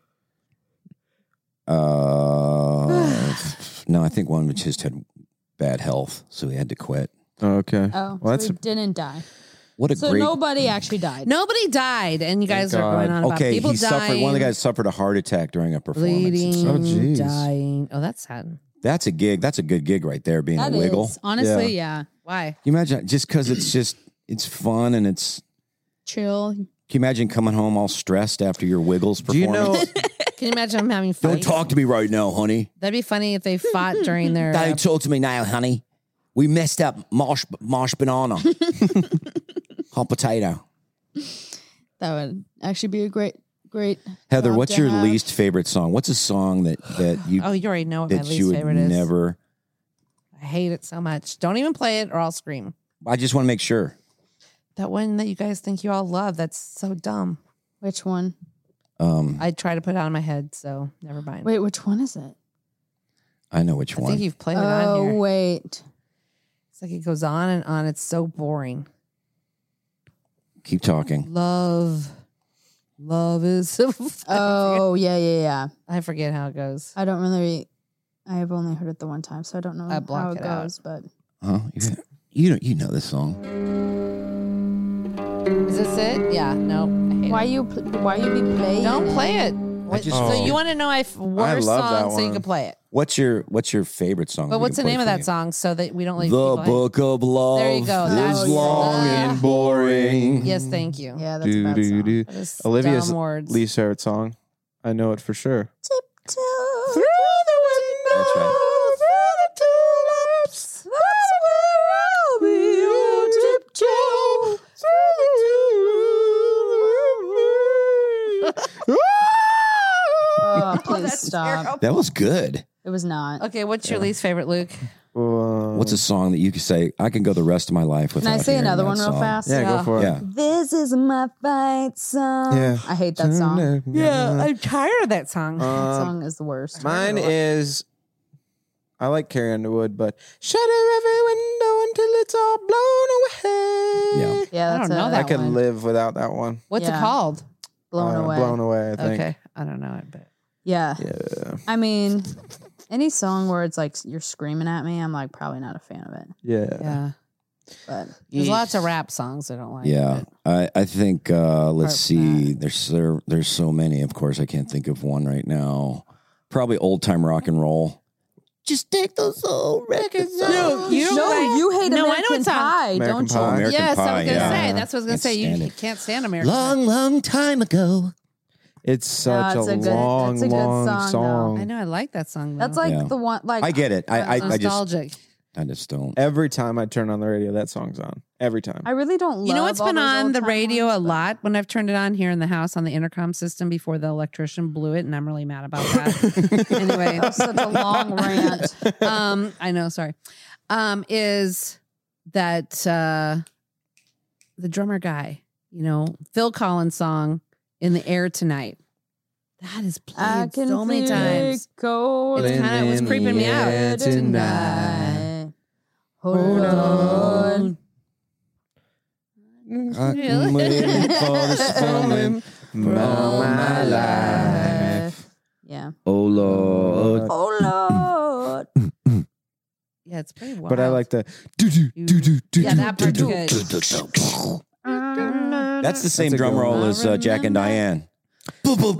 Speaker 10: Uh, no, I think one which just had
Speaker 1: bad health, so he had to quit.
Speaker 6: okay.
Speaker 1: Well,
Speaker 4: Oh, so
Speaker 1: that's
Speaker 4: he didn't die.
Speaker 1: what a
Speaker 4: so
Speaker 1: great.
Speaker 4: nobody actually died.
Speaker 5: Nobody died, and you guys are going on about
Speaker 1: okay,
Speaker 5: people
Speaker 1: he suffered.
Speaker 5: dying,
Speaker 1: One of the guys suffered a heart attack during a performance.
Speaker 5: bleeding,
Speaker 1: Oh, jeez.
Speaker 5: dying. Oh, that's sad.
Speaker 1: That's a gig. That's a good gig right there. Being
Speaker 5: That
Speaker 1: a wiggle.
Speaker 5: is. Honestly,
Speaker 1: yeah.
Speaker 4: Yeah.
Speaker 5: Why?
Speaker 1: Can you imagine just because it's just it's fun and it's.
Speaker 4: Chill.
Speaker 1: Can you imagine coming home all stressed after your Wiggles
Speaker 6: you
Speaker 1: performance?
Speaker 5: Can you imagine them having
Speaker 1: [LAUGHS]
Speaker 5: fun?
Speaker 1: Don't talk to me right now, honey.
Speaker 5: That'd be funny if they fought
Speaker 1: [LAUGHS]
Speaker 5: during their. uh,
Speaker 1: Don't talk to me now, honey. We messed up marsh marsh
Speaker 5: [LAUGHS]
Speaker 1: banana, hot potato.
Speaker 4: That would actually be a great, great.
Speaker 1: Heather,
Speaker 4: job
Speaker 1: what's
Speaker 4: to
Speaker 1: your
Speaker 4: have.
Speaker 1: least favorite song? What's a song that that you
Speaker 5: oh, you already know what my
Speaker 1: that you
Speaker 5: least
Speaker 1: would
Speaker 5: favorite is.
Speaker 1: never?
Speaker 5: I hate it so much. Don't even play it, or I'll scream.
Speaker 1: I just want to make sure.
Speaker 5: That one that you guys think you all love. That's so dumb.
Speaker 4: Which one?
Speaker 1: Um,
Speaker 5: I try to put it out of my head, so never mind.
Speaker 4: Wait, which one is it?
Speaker 1: I know which
Speaker 5: I
Speaker 1: one.
Speaker 5: think you've played it
Speaker 4: Oh,
Speaker 5: on here.
Speaker 4: wait.
Speaker 5: It's like it goes on and on. It's so boring.
Speaker 1: Keep talking.
Speaker 5: Love, love is. [LAUGHS]
Speaker 4: oh yeah, yeah, yeah.
Speaker 5: I forget how it goes.
Speaker 4: I don't really. I've only heard it the one time, so I don't know
Speaker 5: I block
Speaker 4: how it,
Speaker 5: it out.
Speaker 4: goes. But
Speaker 1: Huh? You, you know you know this song.
Speaker 5: Is this it? Yeah. No.
Speaker 4: why you pl- why you be playing?
Speaker 5: Don't play it.
Speaker 1: I just-
Speaker 5: so
Speaker 1: Oh.
Speaker 5: you want to know my f- worst
Speaker 1: love that
Speaker 5: song, so you
Speaker 1: one.
Speaker 5: can play it.
Speaker 1: What's your What's your favorite song?
Speaker 5: But
Speaker 1: we
Speaker 5: what's the
Speaker 1: can
Speaker 5: name
Speaker 1: play
Speaker 5: of
Speaker 1: for
Speaker 5: that
Speaker 1: you?
Speaker 5: song so that we don't leave
Speaker 1: The
Speaker 5: people hang-
Speaker 1: Book of Love
Speaker 5: There you go. That
Speaker 1: is
Speaker 5: was-
Speaker 1: long and boring.
Speaker 5: Yes, thank you. Oh, Yeah,
Speaker 6: Do, do, do.
Speaker 5: is
Speaker 6: Olivia's
Speaker 5: dumb words.
Speaker 6: least favorite song. I know it for sure.
Speaker 5: Through the window, through the tulips, that's where I'll be. Oh, tiptoe through the tulips. [LAUGHS]
Speaker 4: Oh, please
Speaker 5: that's
Speaker 4: stop.
Speaker 1: That was good.
Speaker 4: It was not.
Speaker 5: Okay, what's your least favorite, Luke?
Speaker 6: Um,
Speaker 1: What's a song that you could say I can go the rest of my life
Speaker 4: Can
Speaker 1: without?
Speaker 4: I say
Speaker 1: hearing
Speaker 4: another
Speaker 1: that
Speaker 4: one real
Speaker 1: song."
Speaker 4: fast? Yeah.
Speaker 1: Yeah.
Speaker 4: This is my fight song.
Speaker 6: Yeah.
Speaker 4: I hate that song.
Speaker 5: Yeah, I'm tired of that
Speaker 1: Uh,
Speaker 5: song.
Speaker 4: that
Speaker 6: Um,
Speaker 4: song is the worst.
Speaker 6: Mine is. I like Carrie Underwood, but shutter every window until it's all blown away.
Speaker 4: Yeah, that's
Speaker 5: I don't know
Speaker 4: it.
Speaker 5: that
Speaker 6: I could
Speaker 5: one.
Speaker 6: live without that one.
Speaker 5: What's
Speaker 4: Yeah.
Speaker 5: it called?
Speaker 4: Blown
Speaker 6: Uh,
Speaker 4: away.
Speaker 6: Blown away. I think.
Speaker 5: Okay, I don't know it, but
Speaker 4: Yeah.
Speaker 6: Yeah.
Speaker 4: I mean, any song where it's like you're screaming at me, I'm like probably not a fan of it.
Speaker 6: Yeah.
Speaker 5: Yeah.
Speaker 4: But
Speaker 5: There's lots of rap songs I don't like.
Speaker 1: Yeah, I, I think uh, let's
Speaker 5: from
Speaker 1: see. There's there, there's so many. Of course, I can't think of one right now. Probably old time rock and roll.
Speaker 13: Just take those old records
Speaker 5: No, you don't
Speaker 4: no,
Speaker 5: like-
Speaker 4: you hate
Speaker 5: No, I know
Speaker 4: American
Speaker 5: it's on-
Speaker 4: Pie,
Speaker 1: American
Speaker 4: don't
Speaker 1: Pie.
Speaker 4: you?
Speaker 1: American
Speaker 5: yes, I
Speaker 1: Pie,
Speaker 5: was gonna
Speaker 1: yeah.
Speaker 5: say. That's what I was gonna
Speaker 1: Can't
Speaker 5: say. You
Speaker 1: stand it.
Speaker 5: can't stand America.
Speaker 13: Long, long time ago.
Speaker 6: It's such
Speaker 4: That's
Speaker 6: a,
Speaker 4: a good-
Speaker 6: long,
Speaker 4: that's a good
Speaker 6: long
Speaker 4: song,
Speaker 6: song.
Speaker 4: though.
Speaker 5: I know. I like that song. Though.
Speaker 4: That's like
Speaker 6: Yeah.
Speaker 4: the one. Like
Speaker 1: I get it. I I, I just
Speaker 5: nostalgic.
Speaker 1: I just don't.
Speaker 6: Every time I turn on the radio, that song's on. Every time.
Speaker 4: I really don't. Love
Speaker 5: you know what's
Speaker 4: all
Speaker 5: been
Speaker 4: those
Speaker 5: on the
Speaker 4: old-time
Speaker 5: radio
Speaker 4: ones,
Speaker 5: a
Speaker 4: but-
Speaker 5: lot when I've turned it on here in the house on the intercom system before the electrician blew it, and I'm really mad about that. [LAUGHS] [LAUGHS] anyway,
Speaker 4: That was such a long rant. [LAUGHS]
Speaker 5: [LAUGHS] um, I know. Sorry. Um, is that uh, the drummer guy? You know, Phil Collins song in the air tonight. That is
Speaker 4: I
Speaker 5: played
Speaker 4: can
Speaker 5: so many
Speaker 4: feel
Speaker 5: times.
Speaker 4: it cold.
Speaker 5: It's kinda- it was
Speaker 4: in
Speaker 5: creeping me
Speaker 4: the
Speaker 5: out.
Speaker 4: air
Speaker 5: [LAUGHS]
Speaker 4: tonight. Hold,
Speaker 5: Hold
Speaker 4: on.
Speaker 5: on.
Speaker 6: I'm waiting for
Speaker 5: [LAUGHS]
Speaker 6: this moment all my life.
Speaker 4: Yeah.
Speaker 1: Oh lord.
Speaker 4: Oh
Speaker 10: [CLEARS THROAT]
Speaker 4: Lord.
Speaker 5: Yeah, it's pretty wild.
Speaker 6: But I like the do do do do do.
Speaker 5: Yeah, that part's good.
Speaker 1: That's the same
Speaker 6: That's a
Speaker 1: drum
Speaker 6: good
Speaker 1: roll
Speaker 6: one.
Speaker 1: as uh, Jack and Diane.
Speaker 13: So let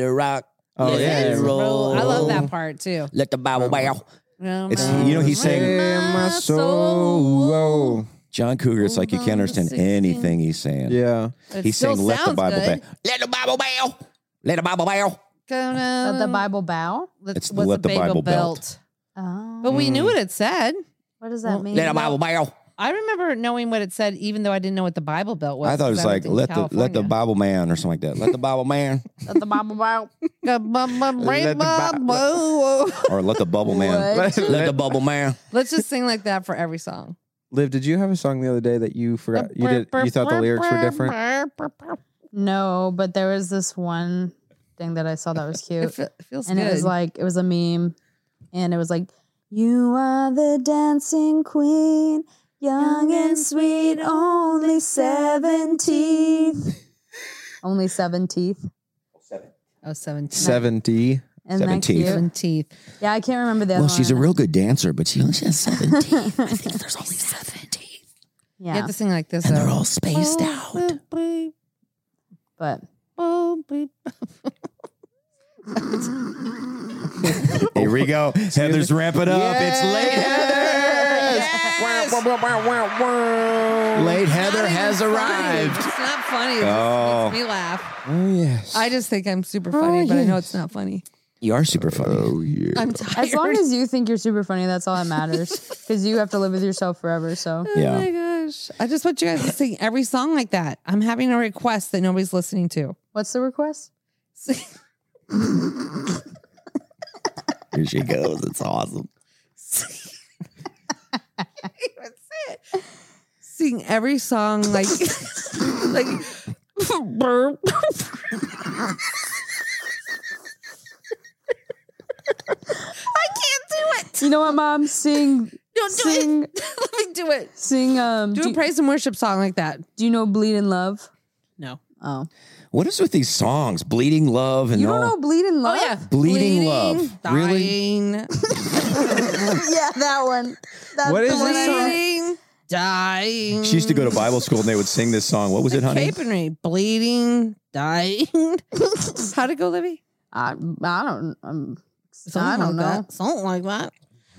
Speaker 13: it rock.
Speaker 6: Oh,
Speaker 13: let
Speaker 6: yeah.
Speaker 13: it roll.
Speaker 5: I love
Speaker 1: Oh.
Speaker 5: that part too.
Speaker 13: Let the Bible wow.
Speaker 1: It's you know he sang
Speaker 6: Hey, my soul.
Speaker 1: John Cougar. It's like you can't understand anything he's saying.
Speaker 6: Yeah.
Speaker 5: It
Speaker 1: He
Speaker 5: still
Speaker 1: sang "Let the
Speaker 5: sounds
Speaker 1: Bible
Speaker 5: good.
Speaker 1: Bow." Let the Bible bow. Let the Bible bow.
Speaker 4: Let the Bible bow.
Speaker 5: Let-
Speaker 1: It's
Speaker 5: what's
Speaker 1: let
Speaker 5: a
Speaker 1: the
Speaker 5: Bible,
Speaker 1: Bible
Speaker 5: belt.
Speaker 1: belt.
Speaker 4: Oh.
Speaker 5: But we knew what it said.
Speaker 4: What does that mean?
Speaker 1: Let the Bible bow.
Speaker 5: I remember knowing what it said, even though I didn't know what the Bible belt was.
Speaker 1: I thought it was
Speaker 5: because
Speaker 1: like
Speaker 5: lived in
Speaker 1: let [LAUGHS] the let the
Speaker 5: California.
Speaker 1: Bible man or something like that. Let the Bible man
Speaker 4: Let the Bible
Speaker 5: [LAUGHS]
Speaker 4: bow.
Speaker 1: [LAUGHS]
Speaker 5: The bu- bu-
Speaker 6: Let
Speaker 5: bu-
Speaker 6: the Bi-
Speaker 5: bu- bu-
Speaker 1: or let the bubble man.
Speaker 4: What?
Speaker 1: Let the bubble man.
Speaker 5: Let's just sing like that for every song.
Speaker 6: Liv, did you have a song the other day that you forgot? You did. You thought the lyrics were different.
Speaker 4: No, but there was this one thing that I saw that was
Speaker 5: [LAUGHS] It,
Speaker 4: cute.
Speaker 5: fe- it feels
Speaker 4: and
Speaker 5: good.
Speaker 4: it was like it was a meme and it was like you are the dancing queen young and sweet only seven
Speaker 6: [LAUGHS]
Speaker 4: teeth only seven teeth
Speaker 5: oh, 17.
Speaker 6: Seventy.
Speaker 4: And that
Speaker 1: Seven teeth.
Speaker 4: cute?
Speaker 1: Seven
Speaker 5: teeth.
Speaker 4: Yeah, I can't remember the other
Speaker 1: well, she's a
Speaker 4: one. [LAUGHS]
Speaker 1: real good dancer, but she only has seven teeth.
Speaker 4: I think there's only seven teeth. Yeah.
Speaker 5: You have to sing like this. uh, Oh,
Speaker 1: And they're
Speaker 5: though.
Speaker 1: all spaced out.
Speaker 4: But
Speaker 5: oh,
Speaker 1: [LAUGHS]
Speaker 3: Here we go. Heather's ramping up. It's late. Late Heather has arrived.
Speaker 5: It's not funny. It just
Speaker 3: Oh.
Speaker 5: makes me laugh.
Speaker 1: Oh yes,
Speaker 5: I just think I'm super funny, but I know it's not funny.
Speaker 1: you are super funny. Oh yeah.
Speaker 5: I'm
Speaker 4: as long
Speaker 5: tired.
Speaker 4: as you think you're super funny, that's all that
Speaker 5: [LAUGHS]
Speaker 4: matters. Because you have to live with yourself forever. So
Speaker 5: Oh my gosh. I just want you guys to sing every song like that. I'm having a request that nobody's listening to.
Speaker 4: What's the
Speaker 5: [LAUGHS]
Speaker 4: request?
Speaker 1: Here she goes. It's awesome.
Speaker 5: Sing every song like [LAUGHS] like [LAUGHS] burp. [LAUGHS] I can't do it.
Speaker 4: You know what, Mom? Sing.
Speaker 5: [LAUGHS] Don't do
Speaker 4: sing,
Speaker 5: it. Let me do it.
Speaker 4: Sing. Um.
Speaker 5: Do a praise and worship song like that.
Speaker 4: Do you know "Bleed in Love"?
Speaker 5: No.
Speaker 4: Oh.
Speaker 1: What is with these songs? Bleeding love and
Speaker 4: You
Speaker 1: all.
Speaker 4: don't know "Bleed in Love"? yeah.
Speaker 1: Bleeding, love. Really?
Speaker 5: Oh, Dying.
Speaker 4: [LAUGHS] yeah, that one. That's
Speaker 1: What
Speaker 4: the
Speaker 1: is
Speaker 4: one
Speaker 1: this
Speaker 4: I
Speaker 1: song?
Speaker 4: know.
Speaker 5: Dying. Dying.
Speaker 1: She used to go to Bible school and they would sing this song. What was it, honey?
Speaker 5: Caponry. Bleeding.
Speaker 4: [LAUGHS]
Speaker 5: Dying. How'd it go, Libby?
Speaker 4: I, I don't. Um, I
Speaker 5: Something
Speaker 4: don't
Speaker 5: like
Speaker 4: know.
Speaker 5: that. Something like that.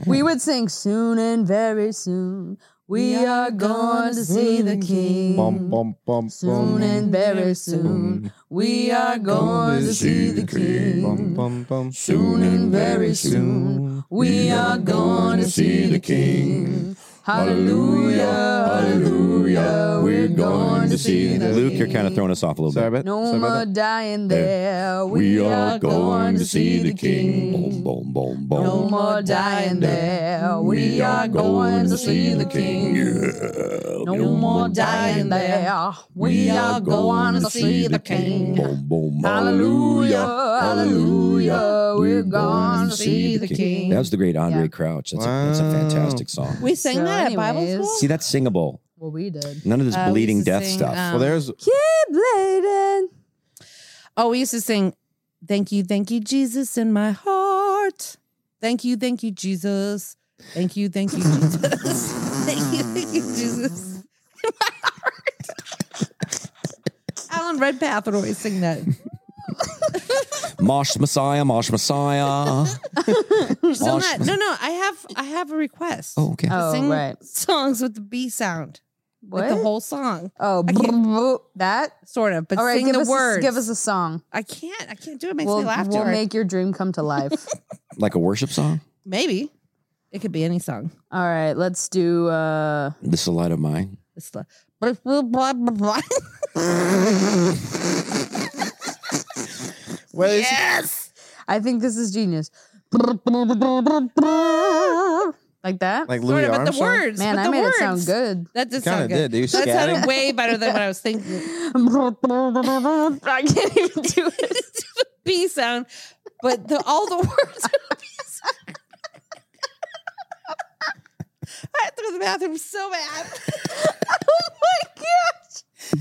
Speaker 4: We would sing soon and very soon. Hmm. We are going to see the King.
Speaker 6: Bum, bum, bum,
Speaker 4: Soon and very soon. We are going to see the King.
Speaker 6: Bum, bum, bum.
Speaker 4: Soon and very soon. We are going to see the King. Hallelujah, hallelujah. We're going to see the
Speaker 1: Luke,
Speaker 4: King.
Speaker 1: you're kind of throwing us off a little bit.
Speaker 4: No more dying there. We are going to see the King.
Speaker 1: Boom, boom, boom, boom.
Speaker 4: No more dying there. We are going to see the King. No more dying there. We are going to see the King. Hallelujah, hallelujah. We're going to see the King.
Speaker 1: That was the great Andre Crouch. That's, a, that's a fantastic song.
Speaker 5: We sang that at Bible school.
Speaker 1: See, that's singable.
Speaker 4: Well, we did.
Speaker 1: None of this
Speaker 5: Uh, we
Speaker 1: bleeding
Speaker 5: used to
Speaker 1: death
Speaker 5: sing,
Speaker 1: stuff.
Speaker 5: um, Well,
Speaker 1: there's
Speaker 4: Keep bleeding.
Speaker 5: Oh, we used to sing, Thank you, thank you, Jesus, in my heart. Thank you, thank you, Jesus. Thank you, thank you, Jesus. [LAUGHS] thank you, thank you, Jesus. in my heart. [LAUGHS] Alan Redpath would always sing [LAUGHS] that.
Speaker 1: Mosh Messiah, Mosh
Speaker 4: [LAUGHS]
Speaker 1: Messiah.
Speaker 5: Still
Speaker 1: Mosh-
Speaker 5: not, no, no. I have, I have a request.
Speaker 1: Oh, okay.
Speaker 5: To
Speaker 4: Oh,
Speaker 5: sing
Speaker 4: right.
Speaker 5: songs with the B sound, like the
Speaker 4: What?
Speaker 5: whole song,
Speaker 4: Oh, boop, boop, that?
Speaker 5: sort of. But
Speaker 4: All right,
Speaker 5: sing
Speaker 4: give
Speaker 5: the
Speaker 4: us
Speaker 5: words.
Speaker 4: A, give us a song.
Speaker 5: I can't. I can't do it. It Makes
Speaker 4: We'll,
Speaker 5: me laugh.
Speaker 4: we'll
Speaker 5: Jared.
Speaker 4: make your dream come
Speaker 1: [LAUGHS]
Speaker 4: to life.
Speaker 1: Like a worship song?
Speaker 5: Maybe it could be any song.
Speaker 4: All right, let's do. uh
Speaker 1: This is a light of mine.
Speaker 5: It's the blah, blah, blah, blah,
Speaker 4: [LAUGHS]
Speaker 5: blah. yes.
Speaker 4: I think this is
Speaker 5: [LAUGHS]
Speaker 4: genius. Like that?
Speaker 6: Like Louis
Speaker 5: Sort of, but the
Speaker 6: Armstrong?
Speaker 5: words.
Speaker 4: Man,
Speaker 5: but
Speaker 4: I
Speaker 5: the
Speaker 4: made
Speaker 5: words.
Speaker 4: it sound good.
Speaker 5: That did
Speaker 6: You kinda
Speaker 5: sound good.
Speaker 6: did. Are you
Speaker 5: that sounded
Speaker 6: scatting?
Speaker 5: way better than what I was thinking. [LAUGHS]
Speaker 4: I can't even do it.
Speaker 5: B sound, but the, all the [LAUGHS] words. are B sound. [LAUGHS] I had to go to the bathroom so bad.
Speaker 4: [LAUGHS]
Speaker 10: [LAUGHS]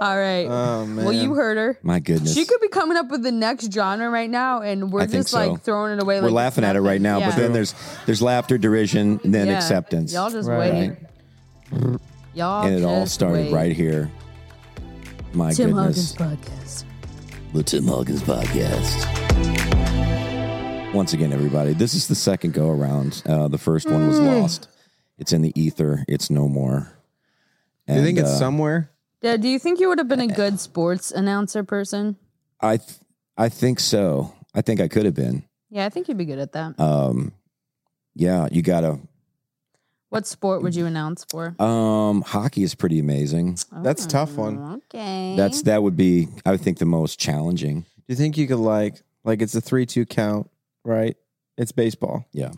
Speaker 4: All right.
Speaker 6: Oh, man.
Speaker 4: well, you heard her.
Speaker 1: My goodness.
Speaker 4: She could be coming up with the next genre right now, and we're
Speaker 1: I think
Speaker 4: just like
Speaker 1: so.
Speaker 4: throwing it away.
Speaker 1: We're
Speaker 4: like
Speaker 1: laughing at it right now, but
Speaker 4: Yeah.
Speaker 1: then there's there's laughter, derision, and then
Speaker 4: Yeah.
Speaker 1: acceptance.
Speaker 4: Y'all just
Speaker 1: Right.
Speaker 4: waiting. Y'all
Speaker 1: and it all
Speaker 4: just
Speaker 1: started
Speaker 4: wait.
Speaker 1: right here. My
Speaker 4: Tim
Speaker 1: goodness.
Speaker 4: Hawkins podcast.
Speaker 1: The Tim Hawkins Podcast. Once again, everybody, this is the second go around. Uh, the first one was lost. It's in the ether. It's no more.
Speaker 6: Do you think it's
Speaker 1: uh,
Speaker 6: somewhere?
Speaker 4: Yeah, do you think you would have been a good sports announcer person?
Speaker 1: I, th- I think so. I think I could have been.
Speaker 4: Yeah, I think you'd be good at that.
Speaker 1: Um, yeah, you gotta.
Speaker 4: What sport would you announce for?
Speaker 1: Um, hockey is pretty amazing.
Speaker 6: That's a tough one.
Speaker 4: Okay.
Speaker 1: That's that would be I would think the most challenging.
Speaker 6: Do you think you could like like it's a three two count, right? It's baseball.
Speaker 1: Yeah.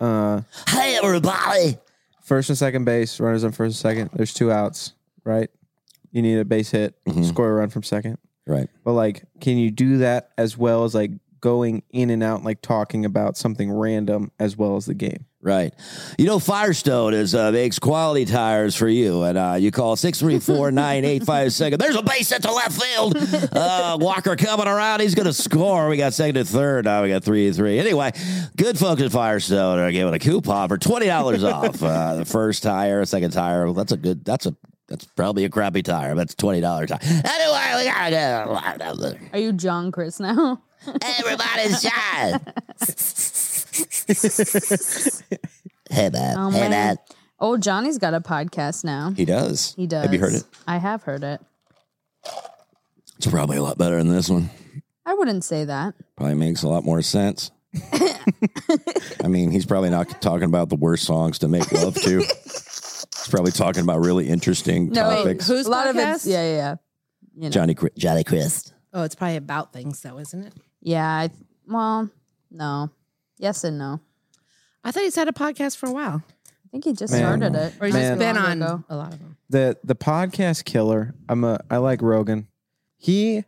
Speaker 6: Uh
Speaker 14: Hey, everybody.
Speaker 6: first and second base, runners on first and second. There's two outs, right? You need a base hit, score a run from second.
Speaker 1: Right.
Speaker 6: But like, can you do that as well as like going in and out, like talking about something random as well as the game?
Speaker 15: Right.
Speaker 1: You know, Firestone is uh, makes quality tires for you, and uh, you call 634-9857. There's a base hit to left field. [LAUGHS] Uh, Walker coming around. He's going to score. We got second and third. Now we got three and three. Anyway, good folks at Firestone are giving a coupon for twenty dollars off uh, the first tire, second tire. Well, that's a good. That's a that's probably a crappy tire. but That's twenty dollars. Anyway, we got to
Speaker 4: Are you John Chris now? [LAUGHS]
Speaker 1: Everybody's John.
Speaker 4: hey,
Speaker 1: man. Hey, man.
Speaker 4: Oh, Johnny's got a podcast now.
Speaker 1: He does.
Speaker 4: He does.
Speaker 1: Have you heard it?
Speaker 4: I have heard it.
Speaker 1: It's probably a lot better than this one.
Speaker 4: I wouldn't say that.
Speaker 1: Probably makes a lot more sense. I mean, he's probably not talking about the worst songs to make love to. He's probably talking about really interesting topics.
Speaker 4: a lot of it's yeah, yeah, yeah. You know.
Speaker 1: Johnny Cri- Johnny Christ.
Speaker 5: Oh, it's probably [LAUGHS] about things though, isn't it?
Speaker 4: Yeah. I, well, no. Yes and no.
Speaker 5: I thought he's had a podcast for a while.
Speaker 4: I think he just
Speaker 6: Man.
Speaker 4: started it.
Speaker 5: Or he's
Speaker 6: Man.
Speaker 5: just been
Speaker 4: Long
Speaker 5: on
Speaker 4: ago.
Speaker 5: a lot of them.
Speaker 6: the the podcast killer. I'm a I like Rogan. He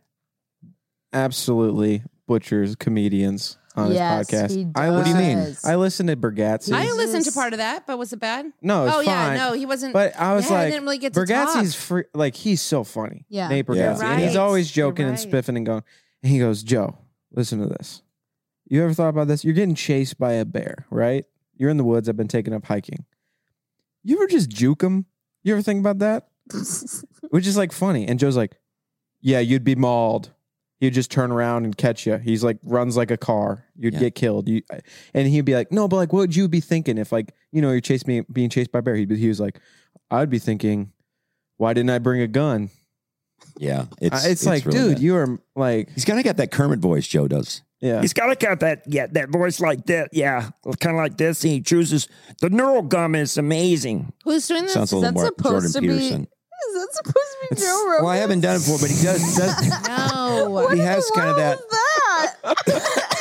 Speaker 6: absolutely butchers comedians on
Speaker 5: Yes,
Speaker 6: his podcast.
Speaker 5: he
Speaker 6: I what do you mean?
Speaker 5: does.
Speaker 6: I listened to Bergazzi.
Speaker 5: I listened to part of that, but was it bad?
Speaker 6: No, it's
Speaker 5: oh yeah,
Speaker 6: fine.
Speaker 5: no, he wasn't.
Speaker 6: But I was
Speaker 5: yeah,
Speaker 6: like,
Speaker 5: I didn't really get to
Speaker 6: Bergazzi's
Speaker 5: talk.
Speaker 6: free, like he's so funny.
Speaker 5: Yeah.
Speaker 6: Nate
Speaker 5: Yeah.
Speaker 6: Bergazzi, and he's
Speaker 5: Right.
Speaker 6: always
Speaker 5: You're
Speaker 6: joking and
Speaker 5: right.
Speaker 6: spiffing and going. And he goes, Joe, listen to this. You ever thought about this? You're getting chased by a bear, right? You're in the woods. I've been taking up hiking. You ever just juke him? You ever think
Speaker 5: [LAUGHS]
Speaker 6: about that? Which is like funny. And Joe's like, yeah, you'd be mauled. He'd just turn around and catch you. He's like runs like a car. You'd get killed. You, and he'd be like, no, but like, what would you be thinking if like you know you're chased me being chased by a bear? He'd be, he was like, I'd be thinking, why didn't I bring a gun?
Speaker 1: Yeah,
Speaker 6: It's, it's, like, dude, you are like
Speaker 1: he's kind of got that Kermit voice. Joe does.
Speaker 6: Yeah.
Speaker 13: He's got to got that yeah that voice like that yeah kind of like this. And he chooses the neural gum is amazing.
Speaker 5: Who's doing this?
Speaker 1: Sounds a little more Jordan
Speaker 5: [LAUGHS]
Speaker 1: Peterson.
Speaker 4: Is that supposed to be Joe Rogan?
Speaker 1: well, I haven't done it before, but he does.
Speaker 10: [LAUGHS]
Speaker 1: does
Speaker 5: No.
Speaker 1: he has kind of that.
Speaker 4: that?